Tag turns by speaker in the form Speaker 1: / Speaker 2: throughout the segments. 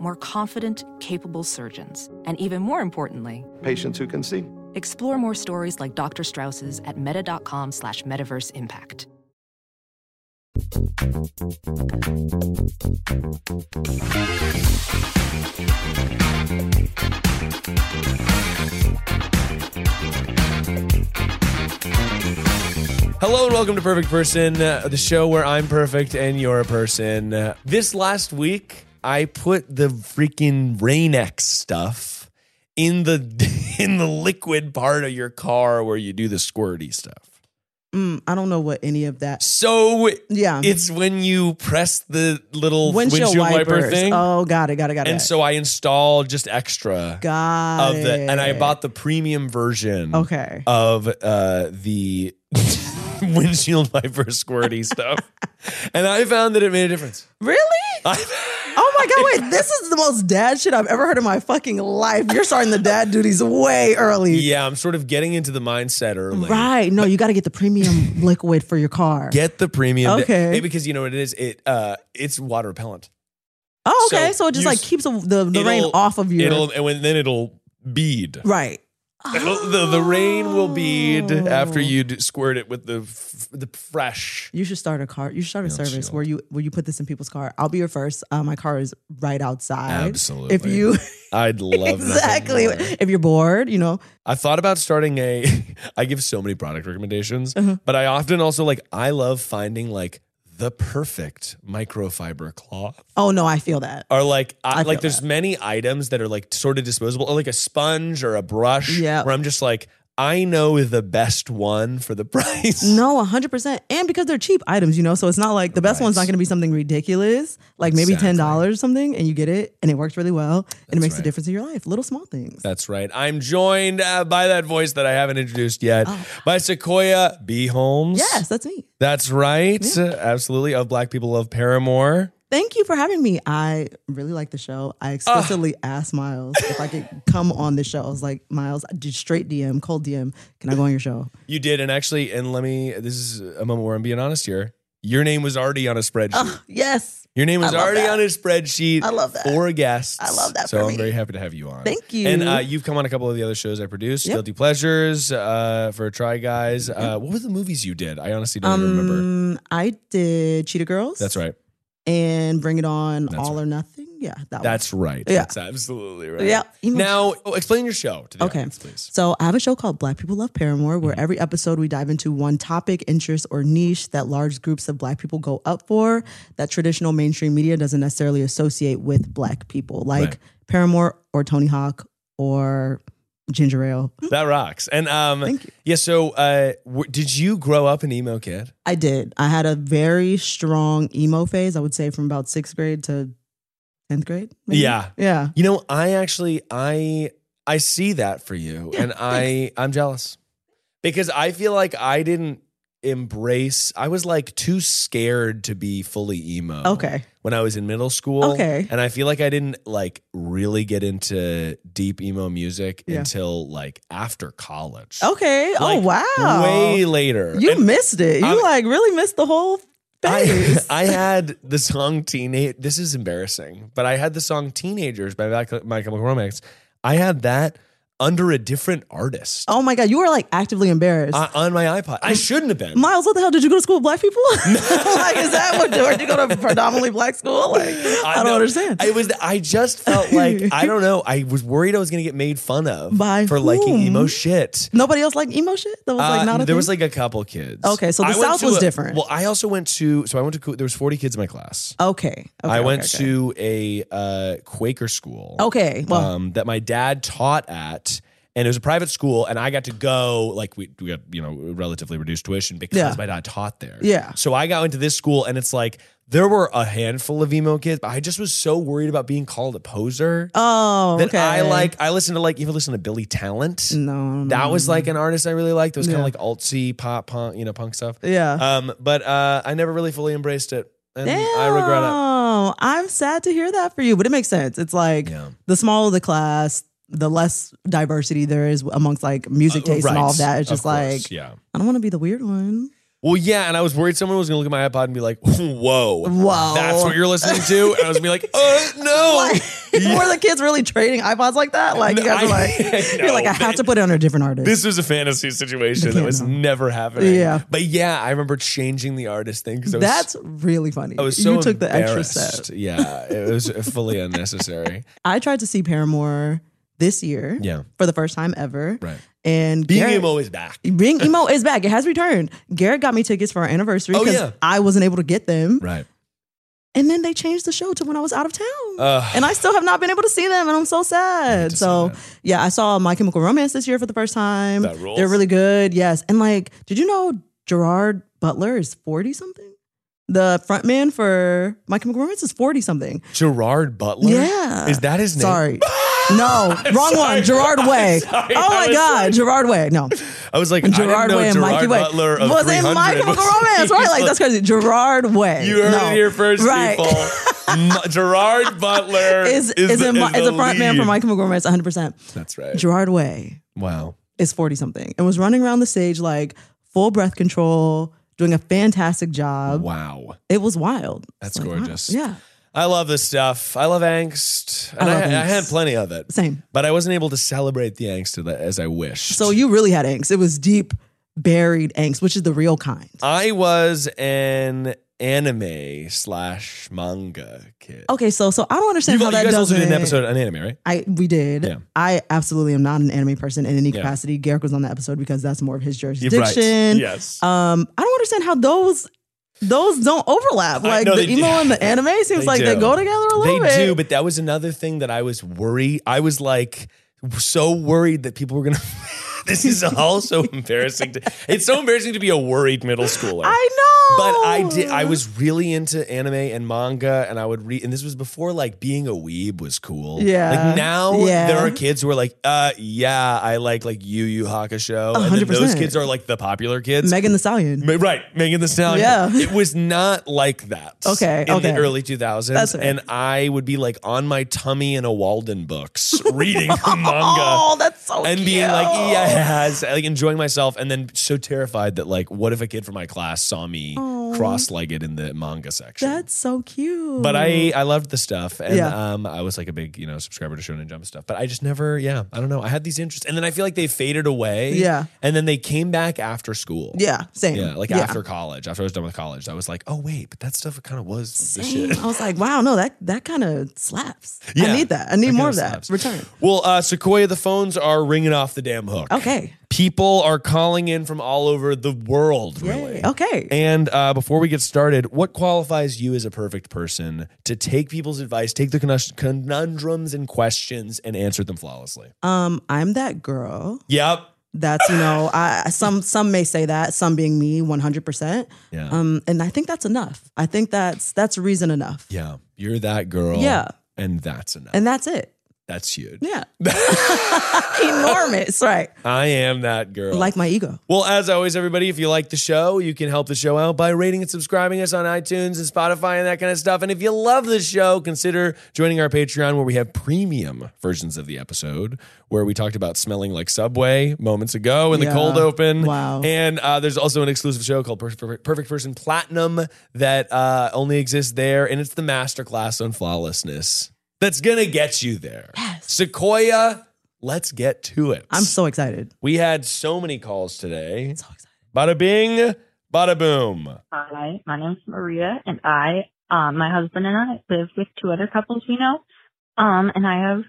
Speaker 1: More confident, capable surgeons. And even more importantly,
Speaker 2: Patients who can see.
Speaker 1: explore more stories like Dr. Strauss's at meta.com slash metaverse impact.
Speaker 3: Hello and welcome to Perfect Person, uh, the show where I'm perfect and you're a person. Uh, this last week, I put the freaking Rain-X stuff in the in the liquid part of your car where you do the squirty stuff.
Speaker 4: Mm, I don't know what any of that.
Speaker 3: So
Speaker 4: Yeah.
Speaker 3: it's when you press the little windshield,
Speaker 4: windshield
Speaker 3: wiper
Speaker 4: wipers.
Speaker 3: thing,
Speaker 4: Oh, got it, got it, got it.
Speaker 3: and so I installed just extra
Speaker 4: got
Speaker 3: of
Speaker 4: it.
Speaker 3: the, and I bought the premium version.
Speaker 4: Okay.
Speaker 3: of uh, the windshield wiper squirty stuff, and I found that it made a difference.
Speaker 4: Really? Oh my god! Wait, this is the most dad shit I've ever heard in my fucking life. You're starting the dad duties way early.
Speaker 3: yeah, I'm sort of getting into the mindset early.
Speaker 4: Right? No, you got to get the premium liquid for your car.
Speaker 3: Get the premium,
Speaker 4: Okay.
Speaker 3: Hey, because you know what it is. It uh, it's water repellent.
Speaker 4: oh, okay.
Speaker 3: so
Speaker 4: So, it just
Speaker 3: you
Speaker 4: like
Speaker 3: s-
Speaker 4: keeps the the, the rain
Speaker 3: It'll-
Speaker 4: off of you.
Speaker 3: It'll and when- then it'll bead.
Speaker 4: right.
Speaker 3: It'll- the the rain will bead after
Speaker 4: Oh.
Speaker 3: you d- squirt it with the f- the fresh.
Speaker 4: You should start a car. You should start a
Speaker 3: Yeah,
Speaker 4: service
Speaker 3: chill.
Speaker 4: where you where you put this in people's car. I'll be your first. Uh, my car is right outside.
Speaker 3: Absolutely.
Speaker 4: If you
Speaker 3: I'd love nothing
Speaker 4: exactly
Speaker 3: more.
Speaker 4: if you're bored, you know.
Speaker 3: I thought about starting a. I give so many product recommendations,
Speaker 4: Uh-huh.
Speaker 3: but I often also like. I love finding like the perfect microfiber cloth,
Speaker 4: Oh no, I feel that.
Speaker 3: or like I,
Speaker 4: I
Speaker 3: like
Speaker 4: feel
Speaker 3: there's
Speaker 4: that.
Speaker 3: many items that are like sort of disposable, or like a sponge or a brush.
Speaker 4: Yeah.
Speaker 3: where I'm just like, I know the best one for the price.
Speaker 4: No, 100%. And because they're cheap items, you know, so it's not like the best
Speaker 3: Right.
Speaker 4: one's not going to be something ridiculous, like maybe
Speaker 3: Exactly.
Speaker 4: $10 or something, and you get it and it works really well and it
Speaker 3: That's
Speaker 4: makes
Speaker 3: right.
Speaker 4: a difference in your life. Little small things.
Speaker 3: That's right. I'm joined uh, by that voice that I haven't introduced yet, by Sequoia B. Holmes.
Speaker 4: Oh. yes, that's me.
Speaker 3: that's right. Absolutely, of Black People Love Paramore.
Speaker 4: Thank you for having me. I really like the show. I explicitly asked Miles if I could come on the show. I was like, Miles, I did straight DM, cold DM. Can I go on your show?
Speaker 3: You did, and actually, and let me. This is a moment where I'm being honest here. Your name was already on a spreadsheet.
Speaker 4: Yes.
Speaker 3: Your name was
Speaker 4: Oh, I love
Speaker 3: already
Speaker 4: that.
Speaker 3: on a spreadsheet.
Speaker 4: I love that.
Speaker 3: For guests,
Speaker 4: I love that
Speaker 3: So
Speaker 4: for
Speaker 3: I'm
Speaker 4: me.
Speaker 3: very happy to have you on.
Speaker 4: Thank you.
Speaker 3: And uh, you've come on a couple of the other shows I produced,
Speaker 4: Yep.
Speaker 3: Guilty Pleasures, uh, for Try Guys. Uh, what were the movies you did? I honestly don't even remember.
Speaker 4: Um, I did Cheetah Girls.
Speaker 3: That's right.
Speaker 4: And Bring It On,
Speaker 3: That's
Speaker 4: All
Speaker 3: right.
Speaker 4: or Nothing. Yeah, that one.
Speaker 3: That's right.
Speaker 4: um, Yeah.
Speaker 3: That's absolutely right.
Speaker 4: Yeah.
Speaker 3: Now, oh, explain your show to the
Speaker 4: Okay.
Speaker 3: audience, please.
Speaker 4: So I have a show called Black People Love Paramore, where
Speaker 3: Mm-hmm.
Speaker 4: every episode we dive into one topic, interest, or niche that large groups of Black people go up for that traditional mainstream media doesn't necessarily associate with Black people, like
Speaker 3: Right.
Speaker 4: Paramore or Tony Hawk or Ginger Ale.
Speaker 3: That rocks. And um,
Speaker 4: Mm-hmm. Thank you.
Speaker 3: yeah. So, uh, w- did you grow up an emo kid?
Speaker 4: I did. I had a very strong emo phase. I would say from about sixth grade to tenth grade. maybe.
Speaker 3: Yeah.
Speaker 4: yeah.
Speaker 3: You know, I actually I I see that for you and I I'm jealous. Because I feel like I didn't embrace I was like too scared to be fully emo.
Speaker 4: Okay.
Speaker 3: When I was in middle school.
Speaker 4: Okay.
Speaker 3: And I feel like I didn't like really get into deep emo music
Speaker 4: Yeah.
Speaker 3: until like after college.
Speaker 4: Okay. oh
Speaker 3: Like,
Speaker 4: wow.
Speaker 3: Way later.
Speaker 4: you
Speaker 3: And
Speaker 4: missed it. You
Speaker 3: I'm-
Speaker 4: like really missed the whole
Speaker 3: I,
Speaker 4: phase.
Speaker 3: I had the song Teenage. This is embarrassing, but I had the song Teenagers by Black- My Chemical Romance. I had that under a different artist
Speaker 4: Oh my God, you were like actively embarrassed.
Speaker 3: uh, on my iPod. I shouldn't have been.
Speaker 4: Miles, what the hell? Did you go to school with black people? like, is that what? Or did you go to predominantly black school? Like, I, don't
Speaker 3: know.
Speaker 4: understand.
Speaker 3: It was. I just felt like I don't know. I was worried I was going to get made fun of
Speaker 4: By
Speaker 3: for liking
Speaker 4: whom?
Speaker 3: emo shit.
Speaker 4: Nobody else like emo shit. That was like
Speaker 3: Uh,
Speaker 4: not a
Speaker 3: there
Speaker 4: thing?
Speaker 3: was like a couple kids.
Speaker 4: Okay, so the
Speaker 3: I went
Speaker 4: South
Speaker 3: to
Speaker 4: was
Speaker 3: a-
Speaker 4: different.
Speaker 3: Well, I also went to. So I went to. co- There was forty kids in my class.
Speaker 4: okay. okay,
Speaker 3: I
Speaker 4: okay,
Speaker 3: went
Speaker 4: okay.
Speaker 3: to a uh, Quaker school.
Speaker 4: Okay, well-
Speaker 3: um, that my dad taught at, and it was a private school, and I got to go. Like we, we got you know relatively reduced tuition because
Speaker 4: Yeah.
Speaker 3: my dad taught there.
Speaker 4: Yeah.
Speaker 3: So I got into this school, and it's like there were a handful of emo kids, but I just was so worried about being called a poser.
Speaker 4: Oh,
Speaker 3: that
Speaker 4: okay. Mm.
Speaker 3: I like. I listened to like you ever listen to Billy Talent?
Speaker 4: No,
Speaker 3: that was like an artist I really liked. That was kind of like altsy pop punk, you know, punk stuff.
Speaker 4: Yeah.
Speaker 3: Um, but uh, I never really fully embraced it, and I regret it.
Speaker 4: Damn, I'm sad to hear that for you, but it makes sense. It's like the smaller the class, the less diversity there is amongst like music taste and
Speaker 3: Uh, Right.
Speaker 4: all of that. It's
Speaker 3: Of
Speaker 4: just
Speaker 3: course,
Speaker 4: like
Speaker 3: yeah.
Speaker 4: I don't want to be the weird one.
Speaker 3: Well, yeah, and I was worried someone was gonna look at my iPod and be like, "Whoa,
Speaker 4: Whoa.
Speaker 3: that's what you're listening to," and I was gonna be like, "Uh, no."
Speaker 4: Like, were the kids really trading iPods like that? Like you
Speaker 3: No,
Speaker 4: guys are
Speaker 3: I-
Speaker 4: like,
Speaker 3: no,
Speaker 4: you're like, I have to put it under a different artist.
Speaker 3: This was a fantasy situation that was
Speaker 4: piano.
Speaker 3: never happening.
Speaker 4: Yeah.
Speaker 3: but yeah, I remember changing the artist thing because
Speaker 4: That's really funny.
Speaker 3: I was so
Speaker 4: you took the extra
Speaker 3: embarrassed.
Speaker 4: step.
Speaker 3: Yeah, it was fully unnecessary.
Speaker 4: I tried to see Paramore this year.
Speaker 3: Yeah.
Speaker 4: For the first time ever.
Speaker 3: Right.
Speaker 4: And
Speaker 3: Being
Speaker 4: Garrett-
Speaker 3: emo is back.
Speaker 4: Being emo is back. It has returned. Garrett got me tickets for our anniversary
Speaker 3: Oh,
Speaker 4: because
Speaker 3: yeah.
Speaker 4: I wasn't able to get them.
Speaker 3: Right.
Speaker 4: And then they changed the show to when I was out of town.
Speaker 3: Ugh.
Speaker 4: and I still have not been able to see them. And I'm so sad.
Speaker 3: to see
Speaker 4: So,
Speaker 3: that.
Speaker 4: yeah, I saw My Chemical Romance this year for the first time.
Speaker 3: That rules.
Speaker 4: They're really good. Yes. And like, did you know Gerard Butler is 40 something? The frontman for My Chemical Romance is 40 something.
Speaker 3: Gerard Butler?
Speaker 4: Yeah.
Speaker 3: Is that his name?
Speaker 4: Sorry. No, wrong
Speaker 3: sorry.
Speaker 4: one. Gerard
Speaker 3: I'm
Speaker 4: Way.
Speaker 3: sorry.
Speaker 4: Oh
Speaker 3: I
Speaker 4: my
Speaker 3: was
Speaker 4: God,
Speaker 3: like-
Speaker 4: Gerard Way. No,
Speaker 3: I was like, I didn't
Speaker 4: Gerard
Speaker 3: know
Speaker 4: Way and
Speaker 3: Gerard
Speaker 4: Mikey Way
Speaker 3: Butler of
Speaker 4: was in
Speaker 3: 300
Speaker 4: My Chemical
Speaker 3: was-
Speaker 4: Romance, right? Like that's crazy. Gerard Way.
Speaker 3: You heard
Speaker 4: No.
Speaker 3: it here first,
Speaker 4: right?
Speaker 3: people. M- Gerard Butler
Speaker 4: Is is,
Speaker 3: the,
Speaker 4: in my, is
Speaker 3: the
Speaker 4: a front man
Speaker 3: lead.
Speaker 4: for My Chemical Romance, 100. percent
Speaker 3: That's right.
Speaker 4: Gerard Way
Speaker 3: wow.
Speaker 4: is 40 something and was running around the stage like full breath control, doing a fantastic job.
Speaker 3: Wow.
Speaker 4: It was wild.
Speaker 3: That's
Speaker 4: It's like, wow.
Speaker 3: gorgeous.
Speaker 4: Yeah,
Speaker 3: I love this stuff. I love angst. And I,
Speaker 4: I love
Speaker 3: I
Speaker 4: angst.
Speaker 3: had plenty of it.
Speaker 4: same.
Speaker 3: But I wasn't able to celebrate the angst that- as I wished.
Speaker 4: So you really had angst. It was deep, buried angst, which is the real kind.
Speaker 3: I was an anime slash manga kid.
Speaker 4: Okay, so so I don't understand
Speaker 3: You've-
Speaker 4: Oh, how
Speaker 3: you
Speaker 4: that
Speaker 3: guys also
Speaker 4: doesn't.
Speaker 3: did an episode on anime, right?
Speaker 4: I we did.
Speaker 3: Yeah.
Speaker 4: I absolutely am not an anime person in any
Speaker 3: Yeah.
Speaker 4: capacity. Garrick was on that episode because that's more of his
Speaker 3: You're
Speaker 4: jurisdiction.
Speaker 3: right. Yes.
Speaker 4: Um, I don't understand how those those don't overlap.
Speaker 3: I
Speaker 4: Like
Speaker 3: know
Speaker 4: the
Speaker 3: they-
Speaker 4: emo and the anime seems
Speaker 3: They
Speaker 4: like they
Speaker 3: do.
Speaker 4: go together a
Speaker 3: They
Speaker 4: little bit.
Speaker 3: do, but that was another thing that I was worried. I was like so worried that people were gonna. this is also embarrassing. To, it's so embarrassing to be a worried middle schooler.
Speaker 4: I know.
Speaker 3: but I did. I was really into anime and manga, and I would read. And this was before like being a weeb was cool.
Speaker 4: Yeah.
Speaker 3: Like now
Speaker 4: Yeah.
Speaker 3: there are kids who are like, uh, yeah, I like like Yu Yu Hakusho, and then those
Speaker 4: 100%.
Speaker 3: kids are like the popular kids.
Speaker 4: Megan the Stallion.
Speaker 3: Ma- Right, Megan the Stallion.
Speaker 4: Yeah.
Speaker 3: it was not like that.
Speaker 4: Okay,
Speaker 3: in
Speaker 4: okay.
Speaker 3: the early two thousands,
Speaker 4: That's fair.
Speaker 3: and I would be like on my tummy in a Walden books, reading the
Speaker 4: Oh,
Speaker 3: manga,
Speaker 4: that's so
Speaker 3: and
Speaker 4: cute.
Speaker 3: being like, yes, like enjoying myself, and then so terrified that like, what if a kid from my class saw me cross-legged in the manga section?
Speaker 4: That's so cute.
Speaker 3: but I I loved the stuff, and
Speaker 4: Yeah.
Speaker 3: um, I was like a big you know subscriber to Shonen Jump stuff. But I just never, yeah, I don't know. I had these interests, and then I feel like they faded away.
Speaker 4: Yeah.
Speaker 3: and then they came back after school.
Speaker 4: Yeah, same.
Speaker 3: Yeah, like after college, after I was done with college, I was like, oh wait, but that stuff kind of was the
Speaker 4: Dang,
Speaker 3: shit.
Speaker 4: I was like, wow, no, that that kind of slaps.
Speaker 3: Yeah.
Speaker 4: I need that. I need more of
Speaker 3: kinda
Speaker 4: that.
Speaker 3: slaps.
Speaker 4: Return.
Speaker 3: Well, uh, Sequoia, the phones are ringing off the damn hook.
Speaker 4: Okay.
Speaker 3: People are calling in from all over the world, really.
Speaker 4: Okay.
Speaker 3: And uh, before we get started, what qualifies you as a perfect person to take people's advice, take their conus- conundrums and questions, and answer them flawlessly?
Speaker 4: um, I'm that girl.
Speaker 3: Yep.
Speaker 4: That's you know, I some some may say that, some being me, one hundred percent.
Speaker 3: Yeah.
Speaker 4: Um, and I think that's enough. I think that's that's reason enough,
Speaker 3: Yeah. You're that girl.
Speaker 4: Yeah.
Speaker 3: And that's enough.
Speaker 4: and that's it.
Speaker 3: that's huge.
Speaker 4: Yeah, enormous, right?
Speaker 3: I am that girl.
Speaker 4: Like my ego.
Speaker 3: Well, as always, everybody, if you like the show, you can help the show out by rating and subscribing us on iTunes and Spotify and that kind of stuff. And if you love the show, consider joining our Patreon where we have premium versions of the episode where we talked about smelling like Subway moments ago in the
Speaker 4: Yeah.
Speaker 3: cold open.
Speaker 4: Wow.
Speaker 3: And uh, there's also an exclusive show called Per- Per- Perfect Person Platinum that uh, only exists there. And it's the masterclass on flawlessness that's going to get you there. Sequoia, Let's get to it.
Speaker 4: I'm so excited.
Speaker 3: We had so many calls today.
Speaker 4: So excited.
Speaker 3: Bada bing, bada boom.
Speaker 5: Hi, my name's Maria, and I, um, my husband and I live with two other couples we know. Um, and I have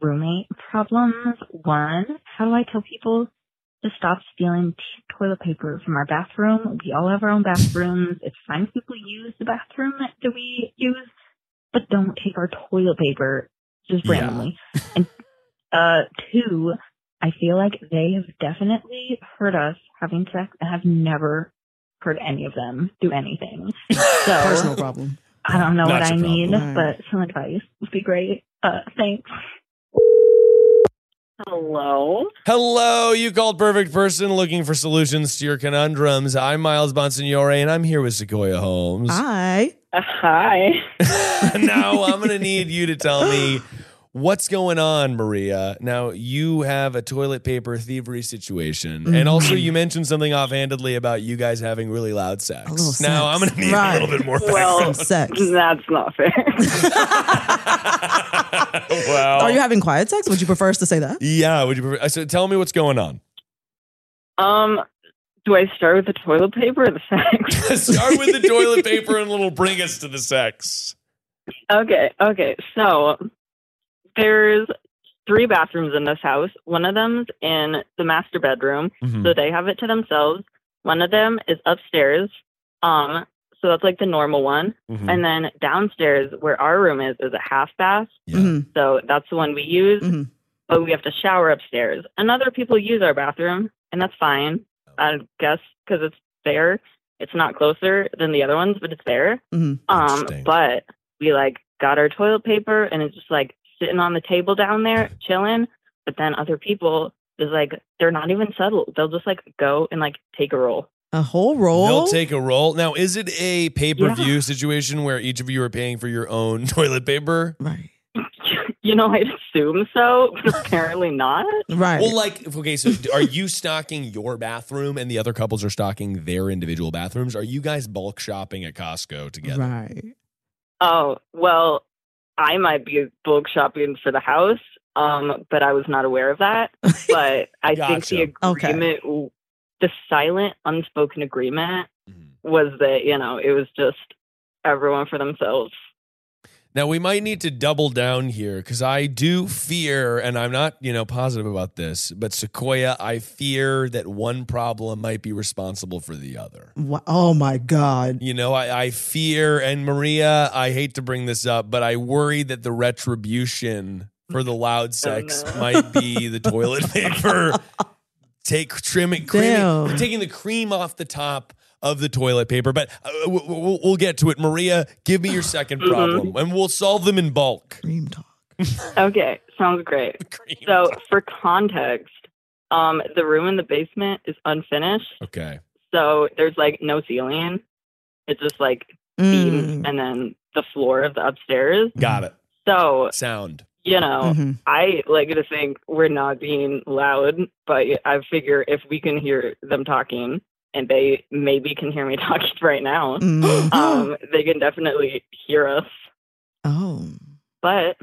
Speaker 5: roommate problems. One, how do I tell people to stop stealing t- toilet paper from our bathroom? We all have our own bathrooms. It's fine if people use the bathroom that we use, but don't take our toilet paper just
Speaker 3: Yeah.
Speaker 5: randomly. and uh, two, I feel like they have definitely heard us having sex and have never heard any of them do anything. So
Speaker 4: Personal problem.
Speaker 5: I don't know
Speaker 3: Not
Speaker 5: what
Speaker 3: your
Speaker 5: I
Speaker 3: problem.
Speaker 5: need,
Speaker 4: Alright.
Speaker 5: but some advice would be great. Uh, thanks. Hello.
Speaker 3: Hello, you called perfect person looking for solutions to your conundrums. I'm Miles Bonsignore, and I'm here with Sequoia Holmes.
Speaker 4: I
Speaker 5: hi.
Speaker 3: now I'm gonna need you to tell me what's going on, Maria. Now you have a toilet paper thievery situation,
Speaker 4: Mm-hmm.
Speaker 3: and also you mentioned something offhandedly about you guys having really loud sex.
Speaker 4: A little sex.
Speaker 3: Now I'm gonna need
Speaker 4: Right.
Speaker 3: a little bit more.
Speaker 4: some
Speaker 5: Well-
Speaker 4: sex.
Speaker 5: That's not fair.
Speaker 3: background. wow.
Speaker 4: Are you having quiet sex? Would you prefer us to say that?
Speaker 3: yeah. Would you? Prefer- uh, so tell me what's going on.
Speaker 5: um, do I start with the toilet paper or the sex?
Speaker 3: Start with the toilet paper, and it'll bring us to the sex.
Speaker 5: okay, okay. So there's three bathrooms in this house. One of them's in the master bedroom,
Speaker 3: Mhm.
Speaker 5: so they have it to themselves. One of them is upstairs. Um, so that's like the normal one.
Speaker 3: Mhm.
Speaker 5: And then downstairs, where our room is, is a half bath.
Speaker 3: Yeah.
Speaker 4: Mhm.
Speaker 5: So that's the one we use,
Speaker 4: Mhm.
Speaker 5: but we have to shower upstairs. And other people use our bathroom, and that's fine, I guess, because it's there. It's not closer than the other ones, but it's there.
Speaker 4: Mhm.
Speaker 5: Um,
Speaker 3: Interesting.
Speaker 5: but we like got our toilet paper, and it's just like sitting on the table down there, chilling. But then other people is like they're not even subtle. They'll just like go and like take a roll.
Speaker 4: A whole roll.
Speaker 3: They'll take a roll. Now, is it a pay per view situation where each of you are paying for your own toilet paper?
Speaker 4: right.
Speaker 5: you know, I'd assume so, but apparently not.
Speaker 4: Right.
Speaker 3: Well, like, okay, so are you stocking your bathroom and the other couples are stocking their individual bathrooms? Are you guys bulk shopping at Costco together?
Speaker 4: right.
Speaker 5: Oh, well, I might be bulk shopping for the house, um, but I was not aware of that. But I think the
Speaker 4: Gotcha.
Speaker 5: agreement, the silent, unspoken agreement
Speaker 3: Mhm.
Speaker 5: was that, you know, it was just everyone for themselves.
Speaker 3: Now, we might need to double down here because I do fear, and I'm not, you know, positive about this, but Sequoia, I fear that one problem might be responsible for the other.
Speaker 4: Wha- Oh my God.
Speaker 3: You know, I, I fear, and Maria, I hate to bring this up, but I worry that the retribution for the loud sex
Speaker 5: Oh, no.
Speaker 3: might be the toilet paper. Take trimming, creaming,
Speaker 4: Damn.
Speaker 3: taking the cream off the top of the toilet paper. But uh, we'll, we'll, we'll get to it. Maria, give me your 2nd
Speaker 5: Mhm.
Speaker 3: problem, and we'll solve them in bulk.
Speaker 4: Dream talk.
Speaker 5: Okay, sounds great.
Speaker 3: Cream.
Speaker 5: So, for context, um, the room in the basement is unfinished.
Speaker 3: okay.
Speaker 5: So, there's like no ceiling, it's just like beams
Speaker 4: Mm.
Speaker 5: and then the floor of the upstairs.
Speaker 3: Got it.
Speaker 5: So,
Speaker 3: Sound.
Speaker 5: you know,
Speaker 4: Mhm.
Speaker 5: I like to think we're not being loud, but I figure if we can hear them talking and they maybe can hear me talking right now,
Speaker 4: Mm.
Speaker 5: um, they can definitely hear us.
Speaker 4: oh.
Speaker 5: But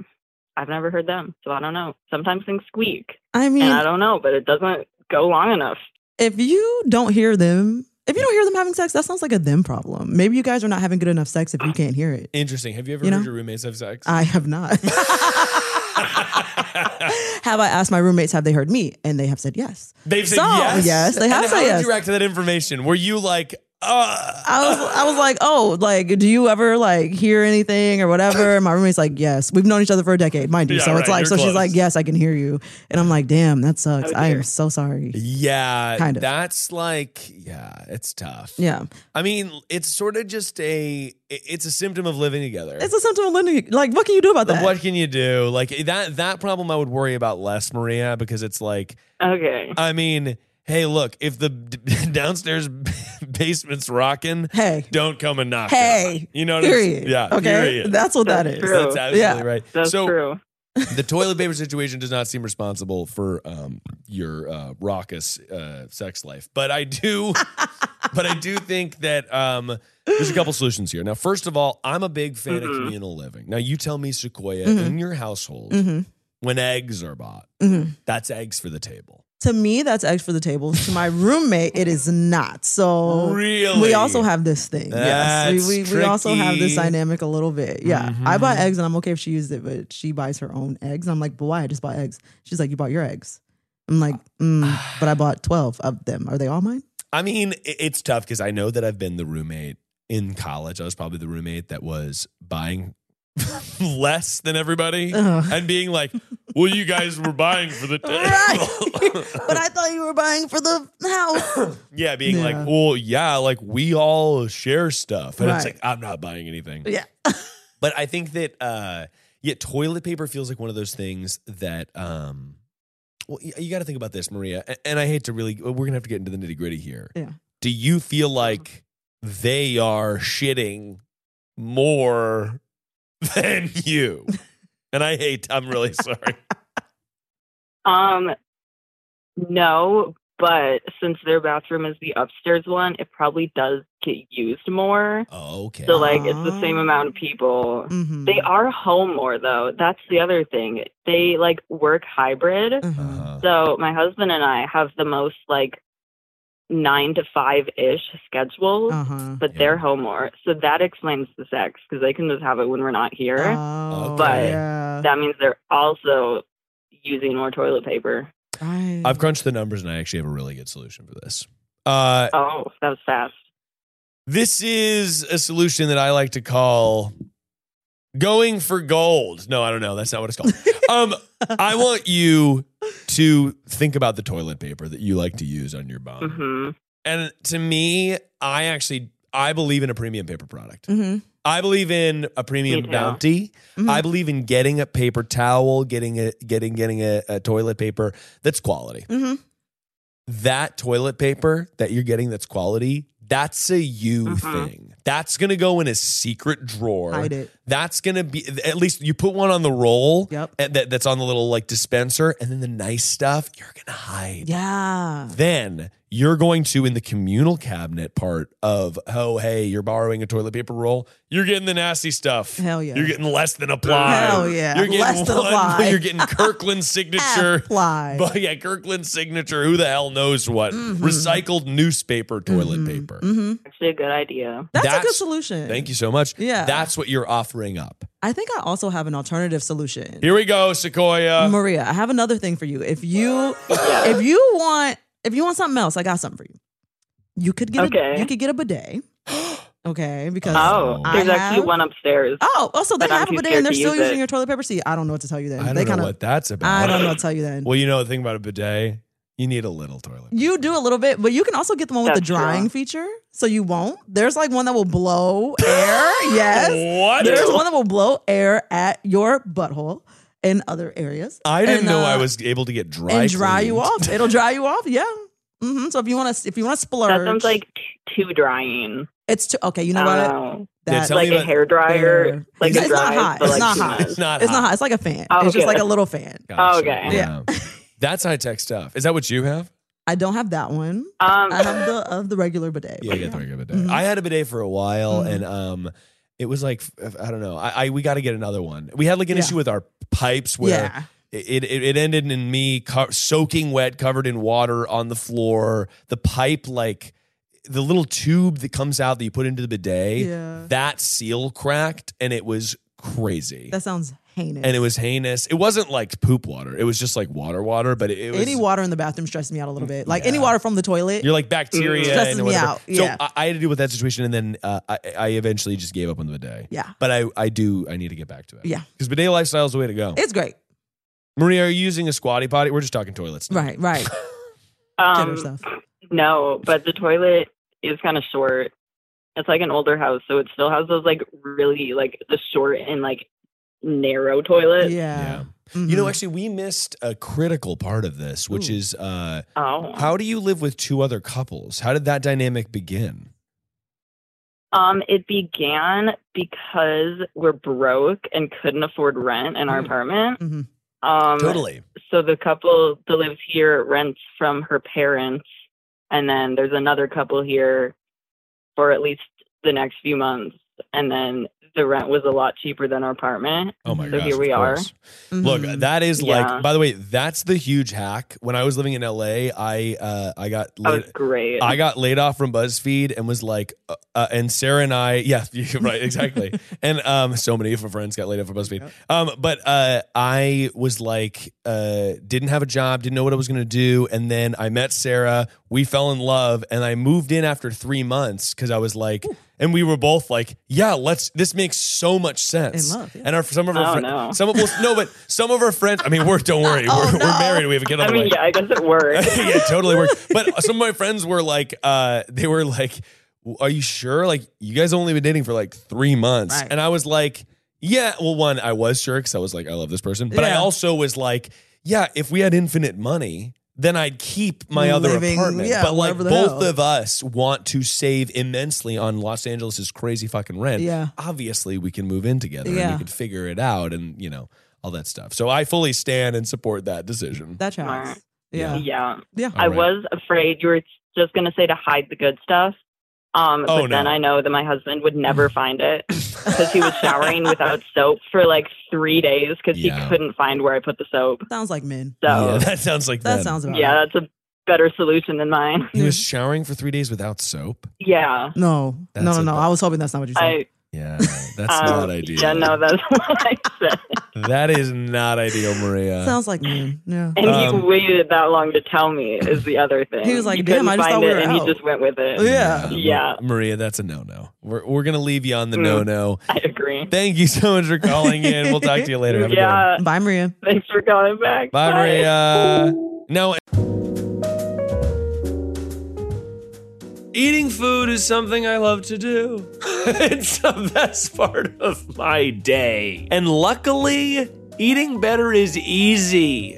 Speaker 5: I've never heard them, so I don't know. Sometimes things squeak,
Speaker 4: I mean,
Speaker 5: and I don't know, but it doesn't go long enough.
Speaker 4: if you don't hear them, if you don't hear them having sex, that sounds like a them problem. Maybe you guys are not having good enough sex
Speaker 3: Ah.
Speaker 4: if you can't hear it.
Speaker 3: Interesting. Have you ever
Speaker 4: You
Speaker 3: heard
Speaker 4: know?
Speaker 3: your roommates have sex?
Speaker 4: I have not. Uh, have I asked my roommates, have they heard me? And they have said yes.
Speaker 3: They've said
Speaker 4: So,
Speaker 3: yes.
Speaker 4: yes, they have
Speaker 3: and
Speaker 4: said
Speaker 3: how
Speaker 4: yes.
Speaker 3: did you react to that information? Were you like, uh,
Speaker 4: I was I was like, oh, like, do you ever like hear anything or whatever? And my roommate's like, yes. We've known each other for a decade, mind you.
Speaker 3: Yeah,
Speaker 4: so
Speaker 3: right,
Speaker 4: it's like,
Speaker 3: you're
Speaker 4: so she's
Speaker 3: close.
Speaker 4: like, yes, I can hear you. And I'm like, damn, that sucks.
Speaker 5: Oh,
Speaker 4: I am
Speaker 5: dear.
Speaker 4: so sorry.
Speaker 3: Yeah,
Speaker 4: Kind of.
Speaker 3: That's like, yeah, it's tough.
Speaker 4: Yeah.
Speaker 3: I mean, it's sort of just a, it- it's a symptom of living together.
Speaker 4: It's a symptom of Lindy. Like, what can you do about that?
Speaker 3: what can you do? Like eh, that that problem, I would worry about less, Maria, because it's like,
Speaker 5: Okay.
Speaker 3: I mean, hey, look, if the d- downstairs basement's rocking,
Speaker 4: Hey.
Speaker 3: don't come and knock.
Speaker 4: Hey.
Speaker 3: you know what I'm
Speaker 4: Period.
Speaker 3: saying? Yeah,
Speaker 4: Okay.
Speaker 3: period.
Speaker 4: That's what that
Speaker 5: That's
Speaker 4: is.
Speaker 5: true.
Speaker 3: That's absolutely
Speaker 4: Yeah.
Speaker 3: right.
Speaker 5: That's
Speaker 3: so
Speaker 5: true.
Speaker 3: the toilet paper situation does not seem responsible for um, your uh, raucous uh, sex life, but I do, but I do think that um, there's a couple solutions here. Now, first of all, I'm a big fan of
Speaker 5: Mhm.
Speaker 3: communal living. Now, you tell me, Sequoia,
Speaker 4: Mhm.
Speaker 3: in your household,
Speaker 4: Mm-hmm.
Speaker 3: when eggs are bought.
Speaker 4: Mhm.
Speaker 3: That's eggs for the table.
Speaker 4: To me, that's eggs for the table. To my roommate, it is not. So
Speaker 3: Really?
Speaker 4: Oh. we also have this thing. yes,
Speaker 3: That's
Speaker 4: we, we, we also have
Speaker 3: tricky.
Speaker 4: this dynamic a little bit. Yeah, I
Speaker 3: Mhm.
Speaker 4: bought eggs and I'm okay if she used it, but she buys her own eggs. I'm like, but why? I just bought eggs. She's like, you bought your eggs. I'm like, mm, but I bought twelve of them. Are they all mine?
Speaker 3: I mean, i- it's tough because I know that I've been the roommate in college. I was probably the roommate that was buying less than everybody
Speaker 4: Ugh.
Speaker 3: and being like, "Well, you guys were buying for the
Speaker 4: Right.
Speaker 3: table."
Speaker 4: but I thought you were buying for the house.
Speaker 3: yeah, being like,
Speaker 4: Yeah.
Speaker 3: "Well, yeah, like we all share stuff," and it's
Speaker 4: Right.
Speaker 3: like, "I'm not buying anything."
Speaker 4: yeah.
Speaker 3: But I think that uh yeah, toilet paper feels like one of those things that um well you, got to think about this, Maria. a- And I hate to really we're going to have to get into the nitty-gritty here.
Speaker 4: Yeah.
Speaker 3: Do you feel like they are shitting more than you? and I hate I'm really sorry.
Speaker 5: Um, no, but since their bathroom is the upstairs one, it probably does get used more.
Speaker 3: oh, okay.
Speaker 5: So like it's the same amount of people.
Speaker 4: Mhm.
Speaker 5: They are home more though. That's the other thing. They like work hybrid.
Speaker 4: Uh-huh.
Speaker 3: Uh-huh.
Speaker 5: So my husband and I have the most like nine to five ish schedules,
Speaker 4: Uh-huh.
Speaker 5: but
Speaker 3: Yeah.
Speaker 5: they're home more. So that explains the sex because they can just have it when we're not here.
Speaker 4: Oh,
Speaker 5: But-
Speaker 4: yeah.
Speaker 5: that means they're also using more toilet paper.
Speaker 4: Right.
Speaker 3: I've crunched the numbers and I actually have a really good solution for this. Uh
Speaker 5: Oh, that was fast.
Speaker 3: This is a solution that I like to call going for gold. No, I don't know. That's not what it's called. um, I want you to think about the toilet paper that you like to use on your bum.
Speaker 5: hmm
Speaker 3: And to me, I actually I believe in a premium paper product.
Speaker 4: Mhm.
Speaker 3: I believe in a
Speaker 5: Me
Speaker 3: premium
Speaker 5: too.
Speaker 3: bounty.
Speaker 4: Mhm.
Speaker 3: I believe in getting a paper towel, getting a getting getting a, a toilet paper that's quality
Speaker 4: Mhm.
Speaker 3: that toilet paper that you're getting that's quality, that's a you
Speaker 5: Mhm.
Speaker 3: thing. That's going to go in a secret drawer.
Speaker 4: Uh-huh. Hide it.
Speaker 3: That's going to be, at least you put one on the roll
Speaker 4: Yep.
Speaker 3: and that, that's on the little like dispenser. And then the nice stuff, you're going to hide.
Speaker 4: Yeah.
Speaker 3: Then you're going to, in the communal cabinet part of, oh, hey, you're borrowing a toilet paper roll, you're getting the nasty stuff.
Speaker 4: Hell yeah.
Speaker 3: You're getting less than apply.
Speaker 4: Hell yeah.
Speaker 3: You're getting
Speaker 4: Less than
Speaker 3: one-
Speaker 4: apply.
Speaker 3: You're getting Kirkland signature.
Speaker 4: Apply.
Speaker 3: But yeah, Kirkland signature. Who the hell knows what?
Speaker 4: Mm-hmm.
Speaker 3: Recycled newspaper toilet paper.
Speaker 4: hmm
Speaker 5: Actually, a good idea.
Speaker 4: That's, a good
Speaker 3: That's-
Speaker 4: solution.
Speaker 3: Thank you so much.
Speaker 4: Mm-hmm. Yeah.
Speaker 3: That's what you're offering up.
Speaker 4: I think I also have an alternative solution.
Speaker 3: Here we go, Sequoia.
Speaker 4: Maria, I have another thing for you. If you if you want if you want something else, I got something for you. You could get a,
Speaker 5: Okay.
Speaker 4: you could get a bidet. Okay, because
Speaker 5: Oh,
Speaker 4: I
Speaker 5: there's
Speaker 4: have-
Speaker 5: actually one upstairs.
Speaker 4: Oh, also they
Speaker 5: But I'm
Speaker 4: have a
Speaker 5: too
Speaker 4: bidet and
Speaker 5: scared
Speaker 4: they're
Speaker 5: to
Speaker 4: still
Speaker 5: use
Speaker 4: using
Speaker 5: it.
Speaker 4: your toilet paper seat. I don't know what to tell you then.
Speaker 3: I don't
Speaker 4: they
Speaker 3: know
Speaker 4: kinda,
Speaker 3: what that's about.
Speaker 4: I don't know what to tell you then.
Speaker 3: Well, you know the thing about a bidet, you need a little toilet.
Speaker 4: You do a little bit, but you can also get the one with
Speaker 5: That's
Speaker 4: the
Speaker 5: true.
Speaker 4: drying feature, so you won't. There's like one that will blow air. Yes,
Speaker 3: What?
Speaker 4: there's one that will blow air at your butthole and other areas.
Speaker 3: I didn't
Speaker 4: And,
Speaker 3: know
Speaker 4: uh,
Speaker 3: I was able to get dry
Speaker 4: and dry you
Speaker 3: cleaned.
Speaker 4: off. It'll dry you off. Yeah. hmm So if you want to, if you want to splurge,
Speaker 5: That sounds like t- too drying.
Speaker 4: it's too, okay. You know
Speaker 5: I
Speaker 4: what?
Speaker 5: don't know.
Speaker 3: Yeah,
Speaker 4: That-
Speaker 3: tell me
Speaker 5: like a
Speaker 3: about-
Speaker 5: hair dryer.
Speaker 4: Fair.
Speaker 5: Like
Speaker 4: it's,
Speaker 5: a
Speaker 4: it's not
Speaker 5: dry,
Speaker 4: hot.
Speaker 5: but
Speaker 4: It's
Speaker 5: like
Speaker 4: not
Speaker 5: too
Speaker 4: hot.
Speaker 5: much.
Speaker 3: It's not
Speaker 4: It's
Speaker 3: hot.
Speaker 4: not hot. It's like a fan.
Speaker 5: Oh,
Speaker 4: It's just
Speaker 5: okay.
Speaker 4: like a little fan.
Speaker 5: Okay.
Speaker 3: Yeah. That's high tech stuff. Is that what you have?
Speaker 4: I don't have that one.
Speaker 5: Um,
Speaker 4: I have the of the regular bidet.
Speaker 3: Yeah,
Speaker 4: but
Speaker 3: you got the regular bidet.
Speaker 4: Mhm.
Speaker 3: I had a bidet for a while,
Speaker 4: Mhm.
Speaker 3: and um, it was like f- I don't know. I, I we got to get another one. We had like an
Speaker 4: Yeah.
Speaker 3: issue with our pipes where
Speaker 4: Yeah.
Speaker 3: it, it it ended in me co- soaking wet, covered in water on the floor. The pipe, like the little tube that comes out that you put into the bidet,
Speaker 4: Yeah.
Speaker 3: that seal cracked, and it was crazy.
Speaker 4: That sounds heinous.
Speaker 3: and it was heinous. It wasn't like poop water. It was just like water water, but it, it was
Speaker 4: any water in the bathroom stresses me out a little bit. Like any
Speaker 3: Yeah.
Speaker 4: water from the toilet.
Speaker 3: You're like bacteria.
Speaker 4: Stresses
Speaker 3: and
Speaker 4: me
Speaker 3: whatever.
Speaker 4: out, yeah.
Speaker 3: So I, I had to deal with that situation, and then uh, I, I eventually just gave up on the bidet.
Speaker 4: yeah,
Speaker 3: But I, I do, I need to get back to it.
Speaker 4: Yeah.
Speaker 3: Because bidet lifestyle is the way to go.
Speaker 4: it's great.
Speaker 3: Maria, are you using a squatty potty? We're just talking toilets. now.
Speaker 4: Right, right. Cheddar
Speaker 5: um,
Speaker 4: stuff.
Speaker 5: no, but the toilet is kind of short. It's like an older house, so it still has those like really like the short and like narrow
Speaker 4: Yeah.
Speaker 5: toilet.
Speaker 3: Yeah.
Speaker 4: Mhm.
Speaker 3: You know, actually, we missed a critical part of this, which
Speaker 4: Ooh.
Speaker 3: is uh,
Speaker 5: Oh.
Speaker 3: how do you live with two other couples? How did that dynamic begin?
Speaker 5: Um, it began because we're broke and couldn't afford rent in our
Speaker 3: Mm. Mm-hmm.
Speaker 5: apartment.
Speaker 4: Mhm.
Speaker 5: Um,
Speaker 3: totally.
Speaker 5: So the couple that lives here rents from her parents, and then there's another couple here for at least the next few months, and then
Speaker 6: the rent was a lot cheaper than our apartment.
Speaker 3: Oh my
Speaker 6: So
Speaker 3: gosh.
Speaker 6: here we
Speaker 3: of
Speaker 6: are.
Speaker 3: course. Look,
Speaker 4: Mhm.
Speaker 3: that is
Speaker 6: Yeah.
Speaker 3: like by the way, that's the huge hack. When I was living in LA, I uh I got
Speaker 5: Oh,
Speaker 6: That
Speaker 3: laid,
Speaker 6: was Oh, great.
Speaker 3: I got laid off from BuzzFeed and was like, uh, uh, and Sarah and I, yeah, you're right, exactly. and um, so many of her friends got laid off from BuzzFeed. Um, but uh, I was like, uh, didn't have a job, didn't know what I was going to do, and then I met Sarah. We fell in love, and I moved in after three months because I was like, and we were both like, yeah, let's. This makes so much sense.
Speaker 4: In love, yeah.
Speaker 3: And our some of
Speaker 6: Oh,
Speaker 3: our friends,
Speaker 6: no.
Speaker 3: some of well, no, but some of our friends. I mean, we're don't worry, we're, we're married. We have a kid
Speaker 6: I
Speaker 3: on the way.
Speaker 6: mean, yeah, I guess it worked.
Speaker 3: yeah, it totally worked. But some of my friends were like, uh, they were like, "Are you sure? Like, you guys only been dating for like three months?"
Speaker 4: Right.
Speaker 3: And I was like, "Yeah." Well, one, I was sure because I was like, "I love this person," but I
Speaker 4: Yeah.
Speaker 3: also was like, "Yeah, if we had infinite money." Then I'd keep my other
Speaker 4: Living-
Speaker 3: apartment.
Speaker 4: yeah,
Speaker 3: but like
Speaker 4: wherever the
Speaker 3: both
Speaker 4: hell.
Speaker 3: of us want to save immensely on Los Angeles's crazy fucking rent.
Speaker 4: Yeah.
Speaker 3: Obviously we can move in together and
Speaker 4: Yeah.
Speaker 3: we could figure it out and you know, all that stuff. So I fully stand and support that decision.
Speaker 4: That tracks. Yeah. Yeah.
Speaker 6: yeah.
Speaker 3: All
Speaker 6: I
Speaker 3: right.
Speaker 6: was afraid you were just going to say to hide the good stuff. Um,
Speaker 3: Oh,
Speaker 6: but then
Speaker 3: no.
Speaker 6: I know that my husband would never find it because he was showering without soap for like three days because
Speaker 3: Yeah.
Speaker 6: he couldn't find where I put the soap.
Speaker 4: Sounds like men.
Speaker 3: yeah,
Speaker 6: So,
Speaker 3: that sounds like
Speaker 4: That
Speaker 3: them.
Speaker 4: sounds
Speaker 6: yeah,
Speaker 4: about right.
Speaker 6: that's a better solution than mine.
Speaker 3: He was showering for three days without soap.
Speaker 6: Yeah.
Speaker 4: No,
Speaker 3: That's
Speaker 4: no, no,
Speaker 3: a-
Speaker 4: no. I was hoping that's not what you said.
Speaker 6: I,
Speaker 3: Yeah, that's
Speaker 6: um,
Speaker 3: not ideal.
Speaker 6: Yeah, no, that's what I said.
Speaker 3: That is not ideal, Maria.
Speaker 4: Sounds like men. Yeah.
Speaker 6: And he
Speaker 3: Um,
Speaker 6: waited that long to tell me is the other thing.
Speaker 4: He was like,
Speaker 6: couldn't
Speaker 4: "Damn, I just
Speaker 6: find
Speaker 4: thought we
Speaker 6: it,"
Speaker 4: were
Speaker 6: and
Speaker 4: out.
Speaker 6: he just went with it.
Speaker 4: Oh, Yeah.
Speaker 6: Yeah.
Speaker 3: Uh, Maria, that's a no no. We're we're gonna leave you on the
Speaker 6: Mm.
Speaker 3: no no.
Speaker 6: I agree.
Speaker 3: Thank you so much for calling in. We'll talk to you later. Have a good one.
Speaker 6: yeah.
Speaker 4: Bye, Maria.
Speaker 6: Thanks for calling back.
Speaker 3: Bye, Maria. No. Eating food is something I love to do. it's the best part of my day. And luckily, eating better is easy